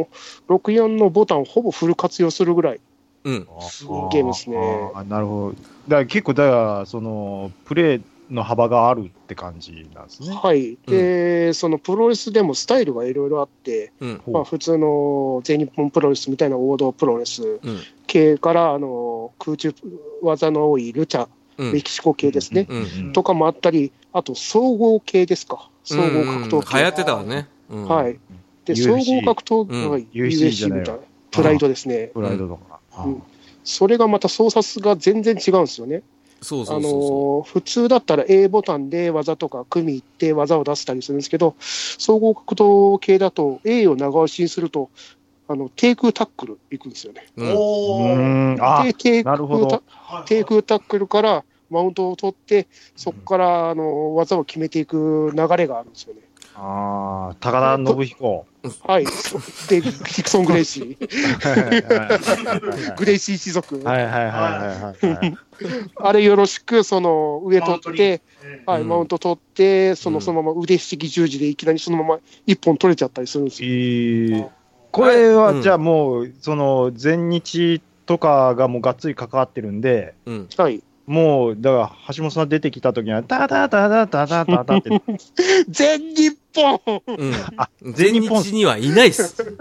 [SPEAKER 4] ー、64のボタンをほぼフル活用するぐらい。
[SPEAKER 1] うん。
[SPEAKER 3] すごい
[SPEAKER 4] ゲームっすね
[SPEAKER 2] あーなるほど。だから結構、だから、その、プレイの幅があるって感じなんですね。
[SPEAKER 4] はい。で、そのプロレスでもスタイルがいろいろあって、
[SPEAKER 1] うん。
[SPEAKER 2] ほう
[SPEAKER 4] まあ普通の全日本プロレスみたいな王道プロレス
[SPEAKER 1] うん。
[SPEAKER 4] 系から、あのー、空中技の多いルチャ、
[SPEAKER 1] うん。
[SPEAKER 4] メキシコ系ですね。
[SPEAKER 1] うん。
[SPEAKER 3] ん
[SPEAKER 4] とかもあったり、あと総合系ですか。総合格闘
[SPEAKER 1] うんうん流
[SPEAKER 4] 系。
[SPEAKER 1] 行ってたわね。うん
[SPEAKER 4] はい。。で、
[SPEAKER 2] UFC
[SPEAKER 4] 総合格闘技、
[SPEAKER 1] うん
[SPEAKER 4] はい
[SPEAKER 2] UFC じゃ
[SPEAKER 4] UFC
[SPEAKER 2] ないわ
[SPEAKER 4] みたいな。プライドですね。
[SPEAKER 2] プライドとか。あ
[SPEAKER 4] うん
[SPEAKER 2] ー
[SPEAKER 4] それがまた操作が全然違うんですよね。
[SPEAKER 1] そう
[SPEAKER 4] あ
[SPEAKER 1] そ
[SPEAKER 4] の
[SPEAKER 1] うそうそ
[SPEAKER 4] ー普通だったら A ボタンで技とか組み入って技を出したりするんですけど、総合格闘系だと A を長押しにすると、あの、低空タックル行くんですよね。
[SPEAKER 1] う。うん
[SPEAKER 2] う
[SPEAKER 3] おー
[SPEAKER 2] ーん、あ
[SPEAKER 4] で、低
[SPEAKER 2] な
[SPEAKER 4] 空
[SPEAKER 2] るほど
[SPEAKER 4] タ
[SPEAKER 3] はい
[SPEAKER 4] 低空タックルからマウントを取って、そこから、あのー技を決めていく流れがあるんですよね。
[SPEAKER 2] あー、高田信彦。
[SPEAKER 4] はい。そで、ディクソン・グレイシー、グレイシー一族、
[SPEAKER 2] はいはいはいはいはい。
[SPEAKER 4] あれよろしく、その上取って、
[SPEAKER 3] ええ
[SPEAKER 4] はい、
[SPEAKER 1] うん
[SPEAKER 4] マウント取って、その
[SPEAKER 1] うん
[SPEAKER 4] そのまま腕引き十字でいきなりそのまま一本取れちゃったりするんです
[SPEAKER 2] え
[SPEAKER 4] よ。
[SPEAKER 2] ーこれはじゃあもう、その、全日とかがもうがっつり関わってるんで、
[SPEAKER 1] うん。
[SPEAKER 4] はい。
[SPEAKER 2] もう、だから、橋本さん出てきた時には、タタタタタタタ タって、
[SPEAKER 4] 全日本
[SPEAKER 1] うん。
[SPEAKER 2] あ
[SPEAKER 1] 全日にはいないっ す。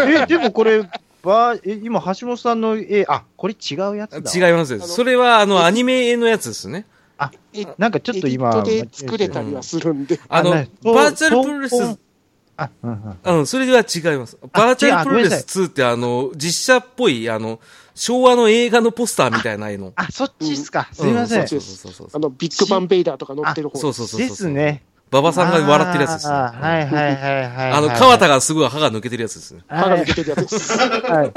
[SPEAKER 2] え、でもこれ、ばえ今、橋本さんの絵、あ、これ違うやつだ。
[SPEAKER 1] 違いますよ。それは、あの、アニメのやつですね。
[SPEAKER 4] エデ
[SPEAKER 2] なんかちょっ
[SPEAKER 4] ィ
[SPEAKER 2] と今、
[SPEAKER 4] ットで作れたりはするんで、
[SPEAKER 1] あの、バ
[SPEAKER 2] ねそう
[SPEAKER 1] ーチャルプロレ
[SPEAKER 2] そう
[SPEAKER 1] ス、
[SPEAKER 2] あ、うんうん。
[SPEAKER 1] うん、それでは違います。
[SPEAKER 2] あ
[SPEAKER 1] バーチャ
[SPEAKER 2] 違
[SPEAKER 1] ル
[SPEAKER 2] う
[SPEAKER 1] プロレ
[SPEAKER 2] ごめんな
[SPEAKER 1] ス2って、あの、実写っぽい、あの、昭和の映画のポスターみたいなの。
[SPEAKER 2] あ、そっちっすか。すいませ。
[SPEAKER 1] うんそうそうそうそ
[SPEAKER 4] あ
[SPEAKER 1] う。
[SPEAKER 4] の、ビッグバンベイダーとか乗ってる方
[SPEAKER 1] そうそうそうそう。
[SPEAKER 2] です。ね。
[SPEAKER 1] 馬場さんが笑ってるやつですね。
[SPEAKER 2] あーはいはいはいはい。
[SPEAKER 1] あの、
[SPEAKER 2] はい
[SPEAKER 1] 川田がすごい歯が抜けてるやつですね。
[SPEAKER 4] 歯が
[SPEAKER 2] は
[SPEAKER 4] 抜
[SPEAKER 2] い
[SPEAKER 4] けてるやつで す。
[SPEAKER 2] はい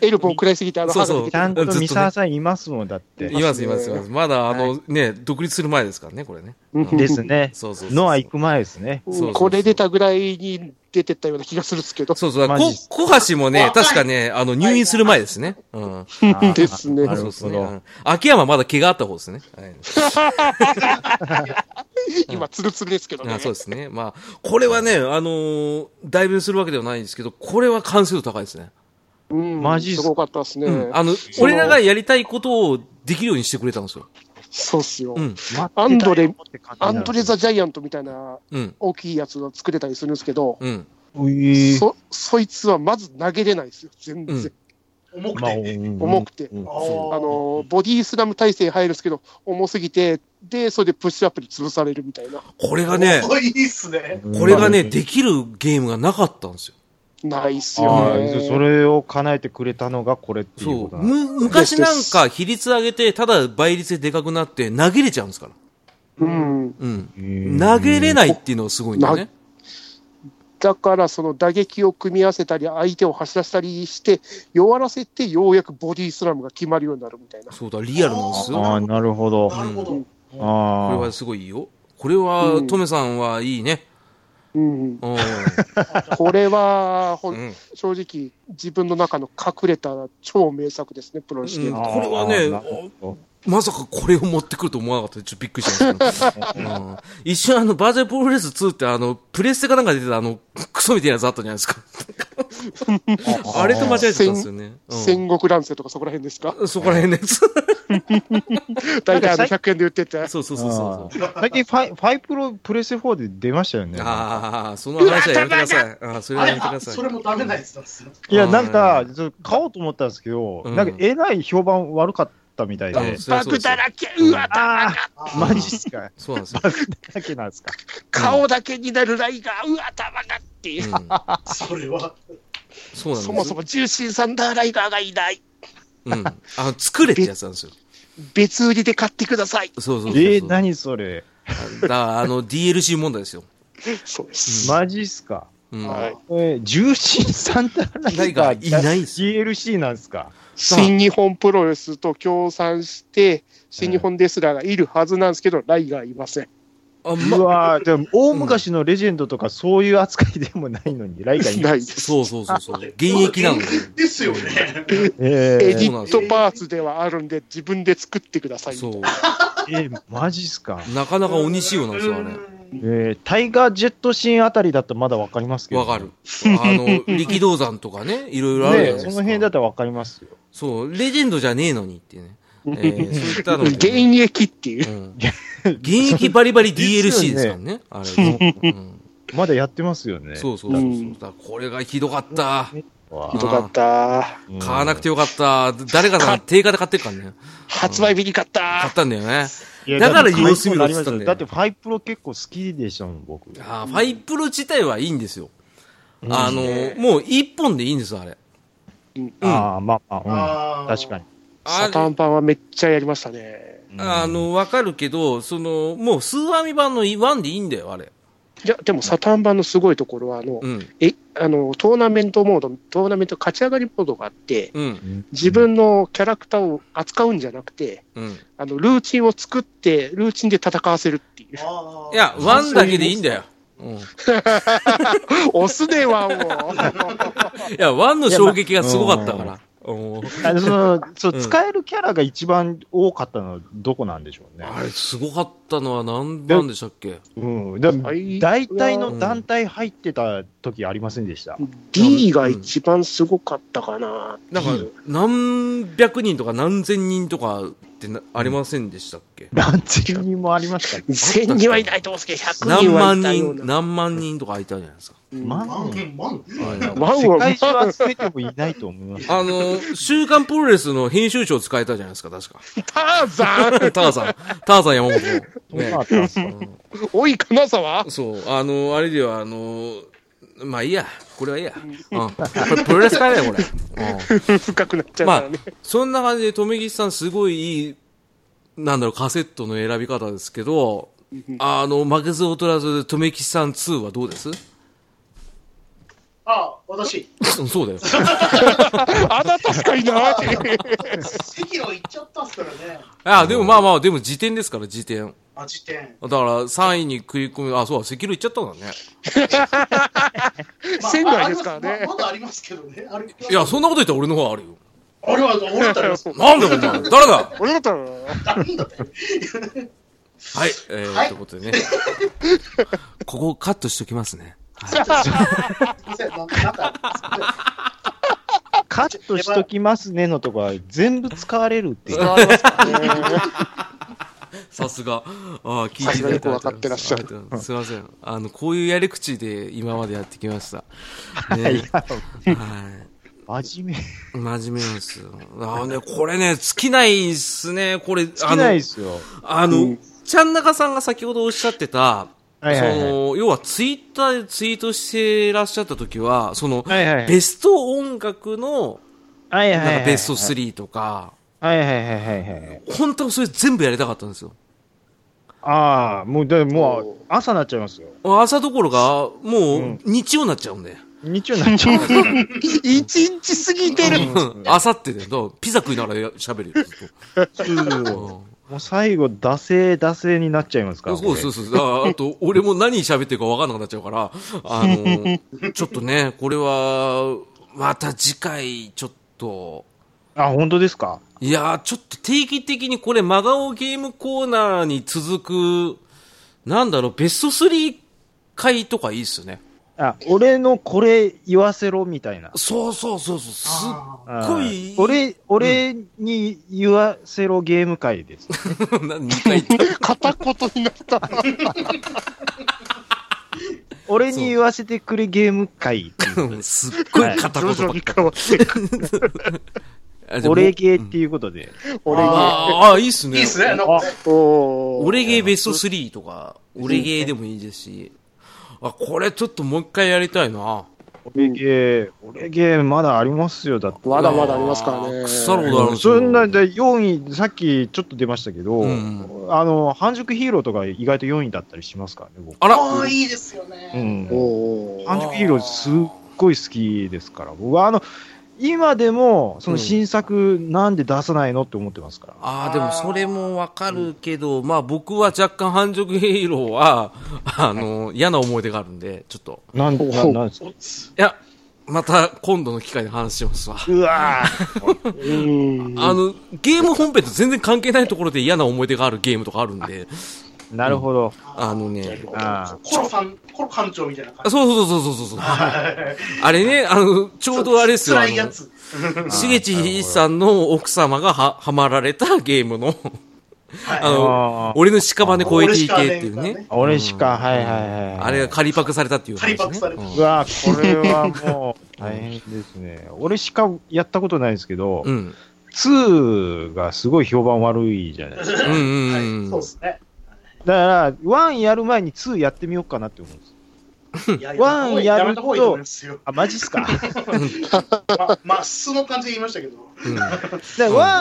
[SPEAKER 4] エルボー食らいすぎて、あの、
[SPEAKER 1] そう
[SPEAKER 4] 歯
[SPEAKER 1] そ
[SPEAKER 4] が
[SPEAKER 1] う
[SPEAKER 4] 抜け
[SPEAKER 2] ち
[SPEAKER 4] て
[SPEAKER 2] ゃ
[SPEAKER 4] る。
[SPEAKER 2] んと
[SPEAKER 1] ずっとね
[SPEAKER 2] 三沢さんいますもん、だって
[SPEAKER 1] い。ますいますいます。まだ、あの、ね、独立する前ですからね、これね。
[SPEAKER 4] うん
[SPEAKER 2] ですね。
[SPEAKER 1] そうそうそう。
[SPEAKER 2] ノア行く前ですね。
[SPEAKER 1] そうそうそう
[SPEAKER 4] これ出たぐらいに出てったような気がするんですけど。
[SPEAKER 1] そうそう。
[SPEAKER 2] マ
[SPEAKER 1] こ
[SPEAKER 2] ジっす、
[SPEAKER 1] 小橋もね、確かね、あの、入院する前ですね。うん。
[SPEAKER 2] あ
[SPEAKER 4] ですね
[SPEAKER 2] なる
[SPEAKER 1] そう
[SPEAKER 2] ほ
[SPEAKER 1] ですね。う
[SPEAKER 2] ど。
[SPEAKER 1] ん秋山まだ毛があった方ですね。はい
[SPEAKER 4] 今、ツルツルですけど
[SPEAKER 1] あ
[SPEAKER 4] ね。
[SPEAKER 1] そうですね。 まあ、これはね、あのー、代弁するわけではないんですけど、これは完成度高いですね。
[SPEAKER 4] うん
[SPEAKER 2] マジっす
[SPEAKER 4] すごかったですね。
[SPEAKER 1] うん。あの、俺らがやりたいことをできるようにしてくれたんですよ。
[SPEAKER 4] そうっすよ
[SPEAKER 1] う。ん。
[SPEAKER 4] アンドレア
[SPEAKER 2] ア
[SPEAKER 4] ンドレ・ザ・ジャイアントみたいな
[SPEAKER 1] うん。
[SPEAKER 4] 大きいやつを作れたりするんですけど、
[SPEAKER 1] うん。
[SPEAKER 2] うい
[SPEAKER 4] そ、そいつはまず投げれないですよ。全然。
[SPEAKER 3] 重く
[SPEAKER 2] まあ、
[SPEAKER 3] て。
[SPEAKER 4] 重くて。
[SPEAKER 2] うん
[SPEAKER 3] あ
[SPEAKER 4] あ
[SPEAKER 3] ー
[SPEAKER 4] の、ボディスラム体制入るんですけど、重すぎて、で、それでプッシュアップに潰されるみたいな。
[SPEAKER 1] これがね、
[SPEAKER 3] いいっすね。
[SPEAKER 1] これがね、できるゲームがなかったんですよ。
[SPEAKER 4] ないっす
[SPEAKER 2] あ
[SPEAKER 4] よ
[SPEAKER 2] ー
[SPEAKER 4] ね。
[SPEAKER 2] それを叶えてくれたのがこれってい
[SPEAKER 1] そう
[SPEAKER 2] こ
[SPEAKER 1] う。
[SPEAKER 2] となんだ
[SPEAKER 1] む、昔なんか比率上げて、ただ倍率ででかくなって投げれちゃうんですから。
[SPEAKER 4] うん。
[SPEAKER 1] うん。
[SPEAKER 2] うん
[SPEAKER 1] 投げれないっていうのがすごいんだよね。
[SPEAKER 4] だから、その打撃を組み合わせたり、相手を走らせたりして、弱らせて、ようやくボディスラムが決まるようになるみたいな。
[SPEAKER 1] そうだ、リアルなんですよ。
[SPEAKER 2] ああ、なるほど。
[SPEAKER 3] なるほど。
[SPEAKER 1] これ
[SPEAKER 2] あ
[SPEAKER 1] はすごいいいよ。これは
[SPEAKER 4] う、ん
[SPEAKER 1] トメさんはいいね。
[SPEAKER 4] う ん。
[SPEAKER 1] うん。
[SPEAKER 4] これは、ほ
[SPEAKER 1] うんん
[SPEAKER 4] 正直、自分の中の隠れた超名作ですね、プロレスで。
[SPEAKER 1] うん
[SPEAKER 2] あ。
[SPEAKER 1] これはね
[SPEAKER 2] あーなるほ
[SPEAKER 1] まさかこれを持ってくると思わなかったちょっとびっくりしましたけど、うん一瞬あの、バージョンプロレス2ってあの、プレステかなんかで出てたあの、クソみたいなやつあったじゃないですか。
[SPEAKER 2] ど
[SPEAKER 1] あれと間違えてたんですよね。うん
[SPEAKER 4] 戦国乱世とかそこら辺ですか
[SPEAKER 1] そこら辺のや つ。
[SPEAKER 4] 大体あの
[SPEAKER 2] なんか
[SPEAKER 4] 100円で売ってて。
[SPEAKER 1] そうそうそうそうそう。
[SPEAKER 2] 最近ファイ、ファイプロプレステ4で出ましたよね。
[SPEAKER 1] ああ、その話はやめてください。あーそれ
[SPEAKER 3] あ
[SPEAKER 1] はや
[SPEAKER 3] れ
[SPEAKER 1] めてく
[SPEAKER 3] あ
[SPEAKER 1] ださい。
[SPEAKER 3] それもダメなやつなんですよ。
[SPEAKER 2] いや、なん
[SPEAKER 1] う
[SPEAKER 2] か
[SPEAKER 1] ん、
[SPEAKER 2] ちょっと買おうと思ったんですけど、
[SPEAKER 1] うん
[SPEAKER 2] なんか、えらい評判悪かったみた
[SPEAKER 1] う
[SPEAKER 2] い
[SPEAKER 1] ん
[SPEAKER 2] で。
[SPEAKER 1] そりゃ
[SPEAKER 4] バ
[SPEAKER 1] そうで
[SPEAKER 4] グ
[SPEAKER 1] すよ
[SPEAKER 4] だらけ、うわ、
[SPEAKER 2] あ
[SPEAKER 3] あ
[SPEAKER 2] あ、
[SPEAKER 3] ー
[SPEAKER 2] マジっすか。
[SPEAKER 1] そうなんですよ。
[SPEAKER 2] だけなんですか。
[SPEAKER 4] 顔だけになるライガー、うわ、頭がっていう。
[SPEAKER 1] うん
[SPEAKER 3] それは。
[SPEAKER 1] そうなんです
[SPEAKER 4] そもそも重心サンダーライガーがいない。
[SPEAKER 1] うん。あの、作れってやつなんですよ。
[SPEAKER 4] 別売りで買ってください。
[SPEAKER 1] そうそうそうそう。
[SPEAKER 2] えー、何それ。
[SPEAKER 1] だから、あの、DLC 問題ですよ。
[SPEAKER 4] そうです。
[SPEAKER 2] マジっすか。
[SPEAKER 1] うん。
[SPEAKER 4] はい
[SPEAKER 2] えー、重心サンダーライガー
[SPEAKER 1] ライガーいないっす
[SPEAKER 2] DLC なんですか。
[SPEAKER 1] さあ
[SPEAKER 4] 新日本プロレスと協賛して、新日本レスラーがいるはずなんですけど、ライガーいません。
[SPEAKER 1] あ、
[SPEAKER 2] う
[SPEAKER 1] ま、
[SPEAKER 2] わーでも大昔のレジェンドとかそういう扱いでもないのに、ライガーい
[SPEAKER 4] な
[SPEAKER 2] ないい。
[SPEAKER 4] です。
[SPEAKER 1] そうそうそうそう。現役なのに。
[SPEAKER 3] ですよね。
[SPEAKER 2] え
[SPEAKER 4] エデ
[SPEAKER 1] ジ
[SPEAKER 2] ー
[SPEAKER 4] ィットパーツではあるんで、自分で作ってくださいみた
[SPEAKER 1] そ
[SPEAKER 4] いうな。。
[SPEAKER 2] えー、マジっすか。
[SPEAKER 1] な かなか鬼仕様なんですよ、あれ。
[SPEAKER 2] えー、タイガージェットシーンあたりだとまだわかりますけど。
[SPEAKER 1] わかる。。あの、力道山とかね、いろいろあるじゃない
[SPEAKER 2] ね
[SPEAKER 1] です
[SPEAKER 2] そ
[SPEAKER 1] か。
[SPEAKER 2] の辺だったらわかりますよ。
[SPEAKER 1] そう、レジェンドじゃねえのにっていうね。えーそういったので
[SPEAKER 4] 現
[SPEAKER 1] ね、
[SPEAKER 4] 役っていう
[SPEAKER 1] う。ん現役バリバリ DLC ですからね、あれ。うん
[SPEAKER 2] まだやってますよね。
[SPEAKER 1] そうそうそうそう。だからこれがひどかった。
[SPEAKER 2] わ
[SPEAKER 4] ひどかった。
[SPEAKER 2] うん
[SPEAKER 1] 買わなくてよかった。誰かが定価で買ってるからね。
[SPEAKER 4] 発売日に買っ。
[SPEAKER 1] 買ったたんだよね。
[SPEAKER 2] いや
[SPEAKER 1] だから
[SPEAKER 2] だって
[SPEAKER 1] 様子見ろっつったんだよ
[SPEAKER 2] だってファイプロ結構好きでしたもん、僕。
[SPEAKER 1] あーファイプロ自体はいいんですよ。あの、もう一本でいいんですよ、あれ。
[SPEAKER 2] ああ、まあ、まあ、う
[SPEAKER 3] あ
[SPEAKER 2] ん。
[SPEAKER 3] ー
[SPEAKER 2] 確かに。
[SPEAKER 1] あ
[SPEAKER 4] サタンパンはめっちゃやりましたね。
[SPEAKER 1] あの、わかるけど、その、もうスーファミ版の1でいいんだよ、あれ。
[SPEAKER 4] いや、でもサタン版のすごいところは、あの
[SPEAKER 1] う、ん。
[SPEAKER 4] え、あの、トーナメントモード、トーナメント勝ち上がりモードがあって、
[SPEAKER 1] うん。
[SPEAKER 4] 自分のキャラクターを扱うんじゃなくて、
[SPEAKER 1] うん。
[SPEAKER 4] あの、ルーチンを作って、ルーチンで戦わせるっていう。
[SPEAKER 3] あー
[SPEAKER 1] いや、1だけでいいんだよ。うん。い
[SPEAKER 4] 押すね、ワンを。
[SPEAKER 1] や、1の衝撃がすごかったから。うん
[SPEAKER 2] あのそのそう
[SPEAKER 1] うん
[SPEAKER 2] 使えるキャラが一番多かったのはどこなんでしょうね。
[SPEAKER 1] あれ、すごかったのは何番でしたっけ
[SPEAKER 2] うん、だ
[SPEAKER 4] はい
[SPEAKER 2] 大体の団体入ってた時ありませんでした。
[SPEAKER 4] D が一番すごかったかな。
[SPEAKER 1] なんか
[SPEAKER 4] D、
[SPEAKER 1] 何百人とか何千人とかってなありませんでしたっけ
[SPEAKER 2] 何千人もありましたっけ
[SPEAKER 4] 1000人はいないと思うんですけど、100
[SPEAKER 1] 何
[SPEAKER 4] 人は
[SPEAKER 1] 万
[SPEAKER 4] いたよう
[SPEAKER 1] 人、
[SPEAKER 4] な。
[SPEAKER 1] 何万人とかいたじゃないですか。
[SPEAKER 4] うん
[SPEAKER 2] まあ
[SPEAKER 3] マン、マン。
[SPEAKER 1] あれなんか
[SPEAKER 4] ワン
[SPEAKER 2] 世
[SPEAKER 4] は
[SPEAKER 2] 界中集めてもいないと思います。
[SPEAKER 1] あの、週刊プロレスの編集長使えたじゃないですか、確か。
[SPEAKER 4] ターザン
[SPEAKER 1] ターザン、ターザン山本。
[SPEAKER 2] そうな
[SPEAKER 1] ね
[SPEAKER 2] ったんですか
[SPEAKER 4] おい、金沢
[SPEAKER 1] そう、あの、あれでは、あの、まあいいや、これはいいや。うん。これプロレス界だよ、これ。うん。
[SPEAKER 4] 深くなっちゃう からね。
[SPEAKER 1] そんな感じで、富吉さん、すごいいい、なんだろう、カセットの選び方ですけど、あの、負けず劣らず、富吉さん2はどうです
[SPEAKER 3] あ、私、
[SPEAKER 1] うんそうだよ。
[SPEAKER 4] あなたしかい ない。
[SPEAKER 3] 赤ロ行っちゃったっすからね。
[SPEAKER 1] あ、でもまあまあ、でも時点ですから、時点。
[SPEAKER 3] あ、時点。
[SPEAKER 1] だから、3位に食い込み、あ、そうだ、赤色いっちゃったんだね。
[SPEAKER 4] 仙台ですからね
[SPEAKER 3] まあありますままだありますけどね。あれ
[SPEAKER 1] いや、そんなこと言ったら俺の方があるよ。
[SPEAKER 3] 俺は、俺だったらありますよ。
[SPEAKER 1] なんだよ、お前。誰だ
[SPEAKER 4] 俺だったら、
[SPEAKER 3] なんだって。
[SPEAKER 1] はい、えー、
[SPEAKER 3] はい
[SPEAKER 1] ということでね。ここカットしときますね。はい
[SPEAKER 3] すいません、なんか、なんか、
[SPEAKER 2] カットしときますねのとか、全部使われるっていう。
[SPEAKER 4] 伝わりますからね。
[SPEAKER 1] さすが。ああ、聞い
[SPEAKER 4] さ
[SPEAKER 1] てい
[SPEAKER 4] す
[SPEAKER 1] た
[SPEAKER 4] が
[SPEAKER 1] だ
[SPEAKER 4] よ
[SPEAKER 1] い
[SPEAKER 4] く
[SPEAKER 1] た
[SPEAKER 4] わかってらっしゃる
[SPEAKER 1] ありがとうございますすいません。あの、こういうやり口で今までやってきま した。ね、はい。
[SPEAKER 2] 真面目。
[SPEAKER 1] 真面目なんですよ。ああね、これね、尽きないっすね。これ、
[SPEAKER 2] 好きないですよ。
[SPEAKER 1] あの、あの、ちゃんなかさんが先ほどおっしゃってた、
[SPEAKER 2] はいはいはい
[SPEAKER 1] その、要はツイッターでツイートしてらっしゃった時は、その、
[SPEAKER 2] はいはいはい
[SPEAKER 1] ベスト音楽の、
[SPEAKER 2] はいはいはい
[SPEAKER 1] なん
[SPEAKER 2] は
[SPEAKER 1] か
[SPEAKER 2] い。
[SPEAKER 1] ベスト3とか、
[SPEAKER 2] はいはいはいはいはい。
[SPEAKER 1] 本当はそれ全部やりたかったんですよ。
[SPEAKER 2] ああ、もう、だもう、朝なっちゃいますよ。
[SPEAKER 1] 朝どころか、も
[SPEAKER 2] う
[SPEAKER 1] うん日曜になっちゃうんで。
[SPEAKER 2] 日曜になっちゃいますよ。
[SPEAKER 4] 一日過ぎてる。
[SPEAKER 1] あさってで、だからピザ食いながらや喋るよ。ずっ
[SPEAKER 2] も
[SPEAKER 1] と
[SPEAKER 2] う最後、惰性、惰性になっちゃいますか
[SPEAKER 1] うん
[SPEAKER 2] ら。
[SPEAKER 1] そうそうそう。だからあと、俺も何喋ってるか分かんなくなっちゃうから、あの、ちょっとね、これは、また次回、ちょっと、
[SPEAKER 2] あ、本当ですか
[SPEAKER 1] いやー、ちょっと定期的にこれ、真顔ゲームコーナーに続く、なんだろう、ベスト3回とかいいっすよね。
[SPEAKER 2] あ、俺のこれ言わせろみたいな。
[SPEAKER 1] そうそうそうそう、すっ
[SPEAKER 3] あー
[SPEAKER 1] ごい。
[SPEAKER 2] あー俺、俺に言わせろゲーム会です。
[SPEAKER 1] 何2回言っ
[SPEAKER 4] 片言になった。
[SPEAKER 2] 俺に言わせてくれゲーム会っていう。
[SPEAKER 1] たすっごい片言
[SPEAKER 4] 徐
[SPEAKER 1] ばっか
[SPEAKER 4] 々に変わっていく。
[SPEAKER 1] あでも
[SPEAKER 2] 俺ゲーっていうことで。
[SPEAKER 4] 俺
[SPEAKER 3] あ
[SPEAKER 4] に。
[SPEAKER 1] あーあー、いいっす
[SPEAKER 3] い
[SPEAKER 1] ね。
[SPEAKER 3] いっすね、なんか
[SPEAKER 2] あ
[SPEAKER 3] ね。
[SPEAKER 4] おー
[SPEAKER 1] 俺ゲーベスト3とか、俺ゲーでもいいですし。あ、これちょっともう一回やりたいな。
[SPEAKER 2] 俺ゲー、俺ゲーまだありますよ、だって。
[SPEAKER 4] まだまだありますから
[SPEAKER 1] あー
[SPEAKER 4] ね。
[SPEAKER 1] 腐るほどある
[SPEAKER 2] そんな、
[SPEAKER 1] で
[SPEAKER 2] で4位、さっきちょっと出ましたけど、
[SPEAKER 1] うん
[SPEAKER 2] あの、半熟ヒーローとか意外と4位だったりしますからね、僕。
[SPEAKER 1] あら
[SPEAKER 3] ああ、いいですよ
[SPEAKER 2] う
[SPEAKER 3] ね。
[SPEAKER 2] ん。
[SPEAKER 4] おー
[SPEAKER 2] 半熟ヒーローすっごい好きですから、僕はあの、今でも、その新作なんで出さないのって思ってますから。
[SPEAKER 1] ああ、でもそれもわかるけど、まあ僕は若干半熟ヒーローは、あの、嫌な思い出があるんで、ちょっと。
[SPEAKER 2] なん、な
[SPEAKER 4] ほう
[SPEAKER 2] なんですか
[SPEAKER 1] いや、また今度の機会で話しますわ。
[SPEAKER 2] うわー
[SPEAKER 4] うん。
[SPEAKER 1] あの、ゲーム本編と全然関係ないところで嫌な思い出があるゲームとかあるんで、
[SPEAKER 2] なるほど。
[SPEAKER 1] あのね、
[SPEAKER 2] あ
[SPEAKER 3] コロさん、コロ館長みたいな
[SPEAKER 1] あ
[SPEAKER 3] 感じ。
[SPEAKER 1] そうそうそうそうそうそう。あれね、あの、ちょうどあれですよ。あ
[SPEAKER 3] 辛いや
[SPEAKER 1] の
[SPEAKER 3] つ。
[SPEAKER 1] しげちひいさんの奥様がは、はまられたゲームの、
[SPEAKER 3] はい
[SPEAKER 1] あの
[SPEAKER 2] あ、ー
[SPEAKER 1] 俺の屍越えていけっていう
[SPEAKER 3] 俺しかね
[SPEAKER 1] ね。
[SPEAKER 2] 俺しか、はいはいはいはい。
[SPEAKER 1] あれが仮パクされたっていう話、ね。
[SPEAKER 3] 仮パクされた
[SPEAKER 2] うわーこれはもう、大変ですね。俺しかやったことないですけど、
[SPEAKER 1] うん。うん。
[SPEAKER 2] 2がすごい評判悪いじゃないです
[SPEAKER 1] う
[SPEAKER 2] か。
[SPEAKER 1] んうん
[SPEAKER 3] は
[SPEAKER 1] うん
[SPEAKER 3] い、そうですね。
[SPEAKER 2] だから、1やる前に2やってみようかなって思うんです。
[SPEAKER 3] いや
[SPEAKER 2] ワンや
[SPEAKER 3] め
[SPEAKER 2] ると
[SPEAKER 3] た方がいいと思いますよ。
[SPEAKER 2] あ、マジっす か。だか
[SPEAKER 3] ままあ、素の感じで言いましたけど。
[SPEAKER 1] うん
[SPEAKER 2] ら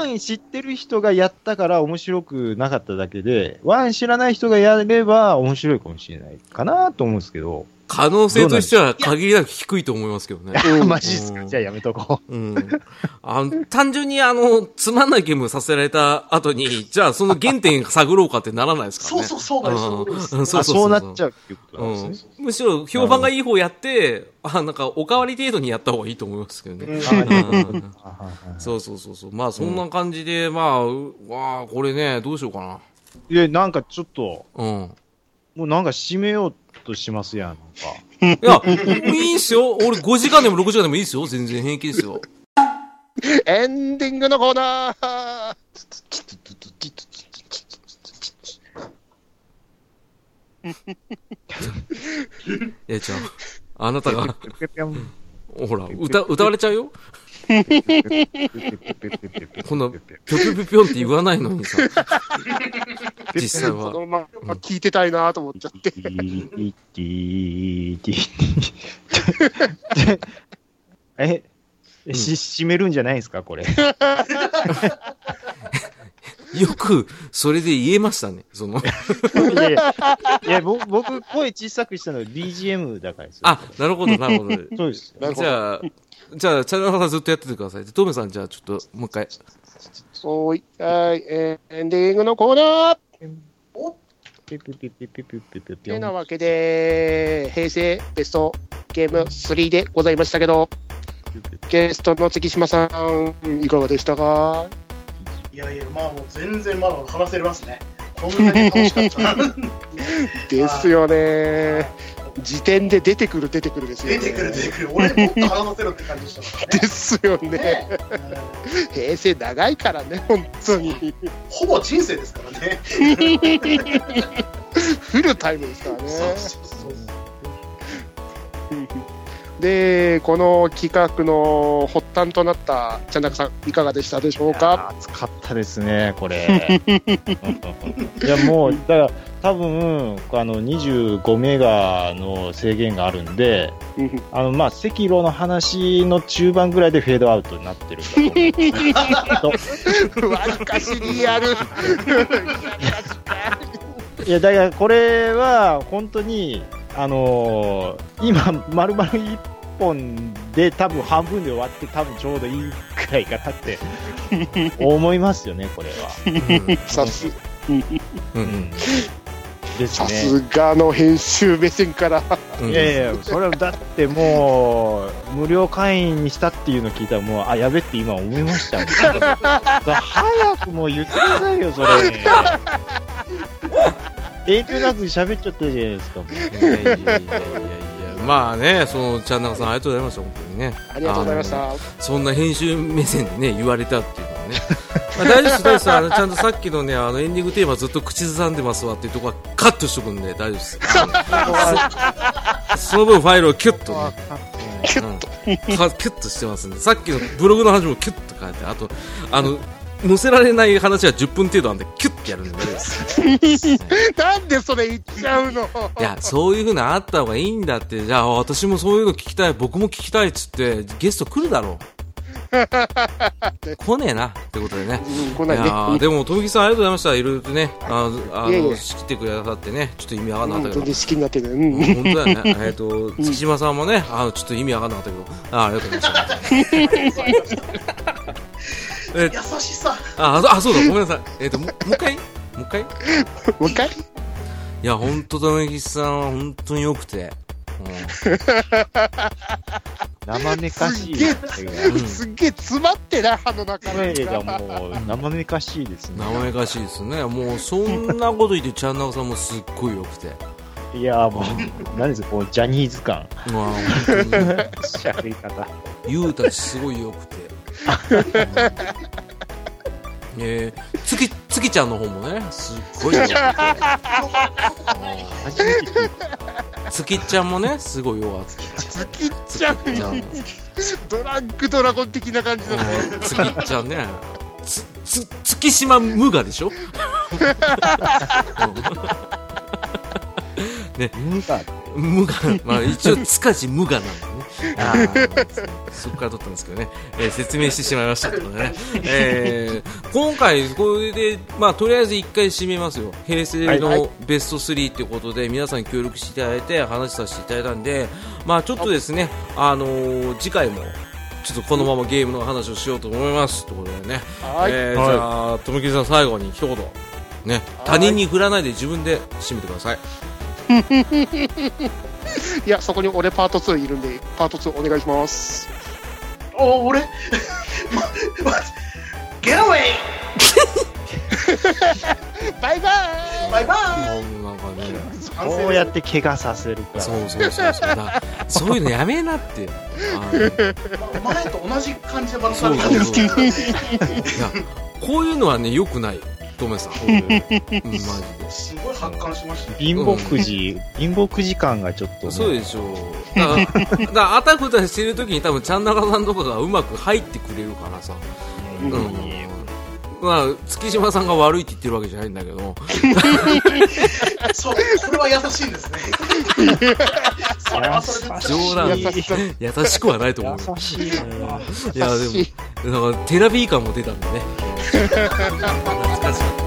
[SPEAKER 2] 1知ってる人がやったから面白くなかっただけで、1知らない人がやれば面白いかもしれないかなと思うんですけど、
[SPEAKER 1] 可能性としては限りなく低いと思いますけどね。
[SPEAKER 4] うん
[SPEAKER 2] マジっすかじゃあやめとこ
[SPEAKER 1] うん。あの、単純にあの、つまんないゲームさせられた後に、じゃあその原点探ろうかってならないですから
[SPEAKER 3] そう
[SPEAKER 1] ね。
[SPEAKER 3] そうそうなんですそうなんです
[SPEAKER 1] うん
[SPEAKER 2] う。
[SPEAKER 1] そうそう
[SPEAKER 2] あ
[SPEAKER 1] そう
[SPEAKER 2] そうなっちゃうっていうことなんです
[SPEAKER 1] う
[SPEAKER 2] ね。
[SPEAKER 1] んむしろ評判がいい方やって、あ、なんかおかわり程度にやった方がいいと思いますけどね。うん
[SPEAKER 2] あはいは
[SPEAKER 1] そうそうそうそう。まあそんな感じで、まあ、うわあこれね、どうしようか
[SPEAKER 2] いいや、なんかちょっと、
[SPEAKER 1] な。うん。
[SPEAKER 2] もうなんか締めようとしますやん、なん
[SPEAKER 1] い
[SPEAKER 2] か。
[SPEAKER 1] や、いいっすよ。俺5時間でも6時間でもいいっすよ。全然平気ですよ。
[SPEAKER 4] エンディングのコーナー
[SPEAKER 1] えちゃん。あなたが、
[SPEAKER 2] ペペン
[SPEAKER 1] ほら、歌、歌われちゃうよ。こんな、ぴょぴょぴょぴょんって言わないのにさ。実際
[SPEAKER 4] そ
[SPEAKER 1] は。
[SPEAKER 4] のまま聞いてたいなと思っちゃって。
[SPEAKER 2] え、し、締めるんじゃないですか、これ。
[SPEAKER 1] よく、それで言えましたね。その、
[SPEAKER 2] いやいや、いや僕、僕、声小さくしたのは BGM だからですよ。
[SPEAKER 1] あ、なるほど、なるほど。
[SPEAKER 2] そうですよ。
[SPEAKER 4] なる
[SPEAKER 1] じ
[SPEAKER 4] ほど
[SPEAKER 1] ゃあ、じゃあ、チャンネルさんずっとやっててください。でトメさん、じゃあ、ちょっと、もう一回。
[SPEAKER 4] おーい、はい、えーエンディングのコーナー
[SPEAKER 3] お
[SPEAKER 2] ピピピピピピピピ
[SPEAKER 4] てなわけで、平成ベストゲーム3でございましたけど、ゲストの月島さん、いかがでしたか
[SPEAKER 3] いやいや、まあもう全然まだ話せますね。こんなに楽しかった。
[SPEAKER 4] ですよね。時点で出てくる、出てくるですよね。
[SPEAKER 3] 出てくる出てくる。俺もっと話させろって感じでした からね。
[SPEAKER 4] ですよね。
[SPEAKER 3] ねえ
[SPEAKER 4] 平成長いからね、本当に。
[SPEAKER 3] ほぼ人生ですからね。
[SPEAKER 4] フルタイムですからね。
[SPEAKER 3] そうそうそう
[SPEAKER 4] で、この企画の発端となった、ちゃんなかさん、いかがでしたでしょうか
[SPEAKER 2] 暑かったですね、こ れ。いや、もう、だから、多分、あの、25メガの制限があるんで、
[SPEAKER 4] うん
[SPEAKER 2] あの、まあ、赤炉の話の中盤ぐらいでフェードアウトになってるんだと
[SPEAKER 4] わりかしリアル。
[SPEAKER 2] 思う。いや、だから、これは、本当に、あのー今、丸々1本で、多分半分で終わって、多分ちょうどいいくらいかなって、 思いますよね、これは。
[SPEAKER 4] さす
[SPEAKER 1] うん。う
[SPEAKER 2] うんん。です
[SPEAKER 4] さ
[SPEAKER 2] ね。
[SPEAKER 4] すがの編集目線から。
[SPEAKER 1] うん。
[SPEAKER 2] いやいや、それはだってもう、無料会員にしたっていうの聞いたら、もう、あ、やべって今思いましたもん早くもう言ってくださいよ、それ。遠慮なく喋っちゃってるじゃないですか。もう
[SPEAKER 1] いやいやいやいやいやまあね、その、チャンナカさん、ありがとうございました、本当にね。
[SPEAKER 4] ありがとうございまし
[SPEAKER 1] あ
[SPEAKER 4] た。
[SPEAKER 1] の。そんな編集目線でね、言われたっていうのはね。まあ、大丈夫です、大丈夫です。あの、ちゃんとさっきのね、あの、エンディングテーマずっと口ずさんでますわっていうところはカットしとくんで、大丈夫です。あのそ その分ファイルをキュッとね、キュッと、かキュッとしてますんで、さっきのブログの話もキュッと書いて、あと、あの、載せられない話は10分程度なんで、キュッてやるんで大丈夫です。
[SPEAKER 4] なんでそれ言っちゃうの
[SPEAKER 1] いや、そういうふうなあった方がいいんだって、じゃあ私もそういうの聞きたい、僕も聞きたいっつって、ゲスト来るだろ う。来ねえな、ってことでね。
[SPEAKER 4] うん来
[SPEAKER 1] いや
[SPEAKER 4] な
[SPEAKER 1] ー
[SPEAKER 4] いね。
[SPEAKER 1] でも、富木さんありがとうございました。いろいろとね、あの、あ
[SPEAKER 4] いやい
[SPEAKER 1] の
[SPEAKER 4] や
[SPEAKER 1] 仕切ってくださってね、ちょっと意味わかんなか
[SPEAKER 4] 本
[SPEAKER 1] ったけ
[SPEAKER 4] 当
[SPEAKER 1] ど
[SPEAKER 4] に。好きになってる。うん
[SPEAKER 1] 本当だよね。 えっと、月島さんもね、あの、ちょっと意味わかんなかったけど、あーありがとうございました。え
[SPEAKER 3] 優しさ。
[SPEAKER 1] あ、あそうあ、そうだ、ごめんなさい。えっ、と、ももう一回もう一回い
[SPEAKER 4] もう一回
[SPEAKER 1] や、ほんと、富木さんは本当に良くて。
[SPEAKER 2] 生めかしい。
[SPEAKER 1] うん。うん
[SPEAKER 4] すっげえ詰まってない、あの中身
[SPEAKER 2] 声が
[SPEAKER 4] が。
[SPEAKER 2] もう、生めかしいですね。
[SPEAKER 1] 生めかしいですね。もう、そんなこと言って、チャンナカさんもすっごい良くて。
[SPEAKER 2] いやー、もう、何ですか、こう、ジャニーズ感。
[SPEAKER 1] まあ、本当に、
[SPEAKER 2] 喋り方。
[SPEAKER 1] ゆうたちすごい良 くて。えー、つき、つきちゃんの方もね、すっごい良く て。
[SPEAKER 2] 初めて聞い
[SPEAKER 1] つきちゃんもね、すごい良かった。
[SPEAKER 4] つきっちゃん、
[SPEAKER 1] じゃん。
[SPEAKER 4] ドラッグドラゴン的な感じだね。
[SPEAKER 1] つきちゃんね。つ、つ、月島無我で しょ
[SPEAKER 2] た。うん
[SPEAKER 1] 無我。まあ一応、つかじ無我なんだよね。あー そこから取ったんですけどね、えー説明してしまいましたけどね、えー今回、これで、まあ、とりあえず1回締めますよ、平成
[SPEAKER 4] はい
[SPEAKER 1] のベスト3ということで、皆さん協力していただいて、話させていただいたんで、まあ、ちょっとですね、あのー次回も、ちょっとこのままゲームの話をしようと思いますということでね、
[SPEAKER 4] はい。
[SPEAKER 1] えーじゃあ、ともきりさん、最後に一言、ね、他人に振らないで自分で締めてください。
[SPEAKER 4] いや、そこに俺パート2いるんで、パート2お願いします。
[SPEAKER 3] お俺 ゲッアウェイ
[SPEAKER 4] バイバーイ
[SPEAKER 3] バイバイ
[SPEAKER 1] もうなんかね
[SPEAKER 3] 反省
[SPEAKER 2] こうやって怪我させるから。
[SPEAKER 1] そうそうそうそうだそういうのやめなってあのい
[SPEAKER 3] 前と同じ感じで話さ れたん
[SPEAKER 1] そう
[SPEAKER 3] で
[SPEAKER 1] そう
[SPEAKER 3] すけど
[SPEAKER 1] そうやこういうのはねよくないよトメさん、うん、マジ
[SPEAKER 3] すごい発汗しました
[SPEAKER 2] 貧乏くじ、貧乏くじ感がちょっ
[SPEAKER 1] で
[SPEAKER 2] とね。
[SPEAKER 1] そうでしょうだからだからあたふたしてる時に多分ちゃんなかさんとかがうまく入ってくれるからさ
[SPEAKER 2] うん
[SPEAKER 1] うんまあ、月島さんが悪いって言ってるわけじゃないんだけど
[SPEAKER 3] そうこれは優しいですねそれはそれで
[SPEAKER 1] 冗談
[SPEAKER 4] 優しさ。
[SPEAKER 1] 優しくはないと思うよ
[SPEAKER 2] 優しいな。
[SPEAKER 1] いや
[SPEAKER 4] 優しい
[SPEAKER 1] でもなんかテラビー感も出たんだね懐かしい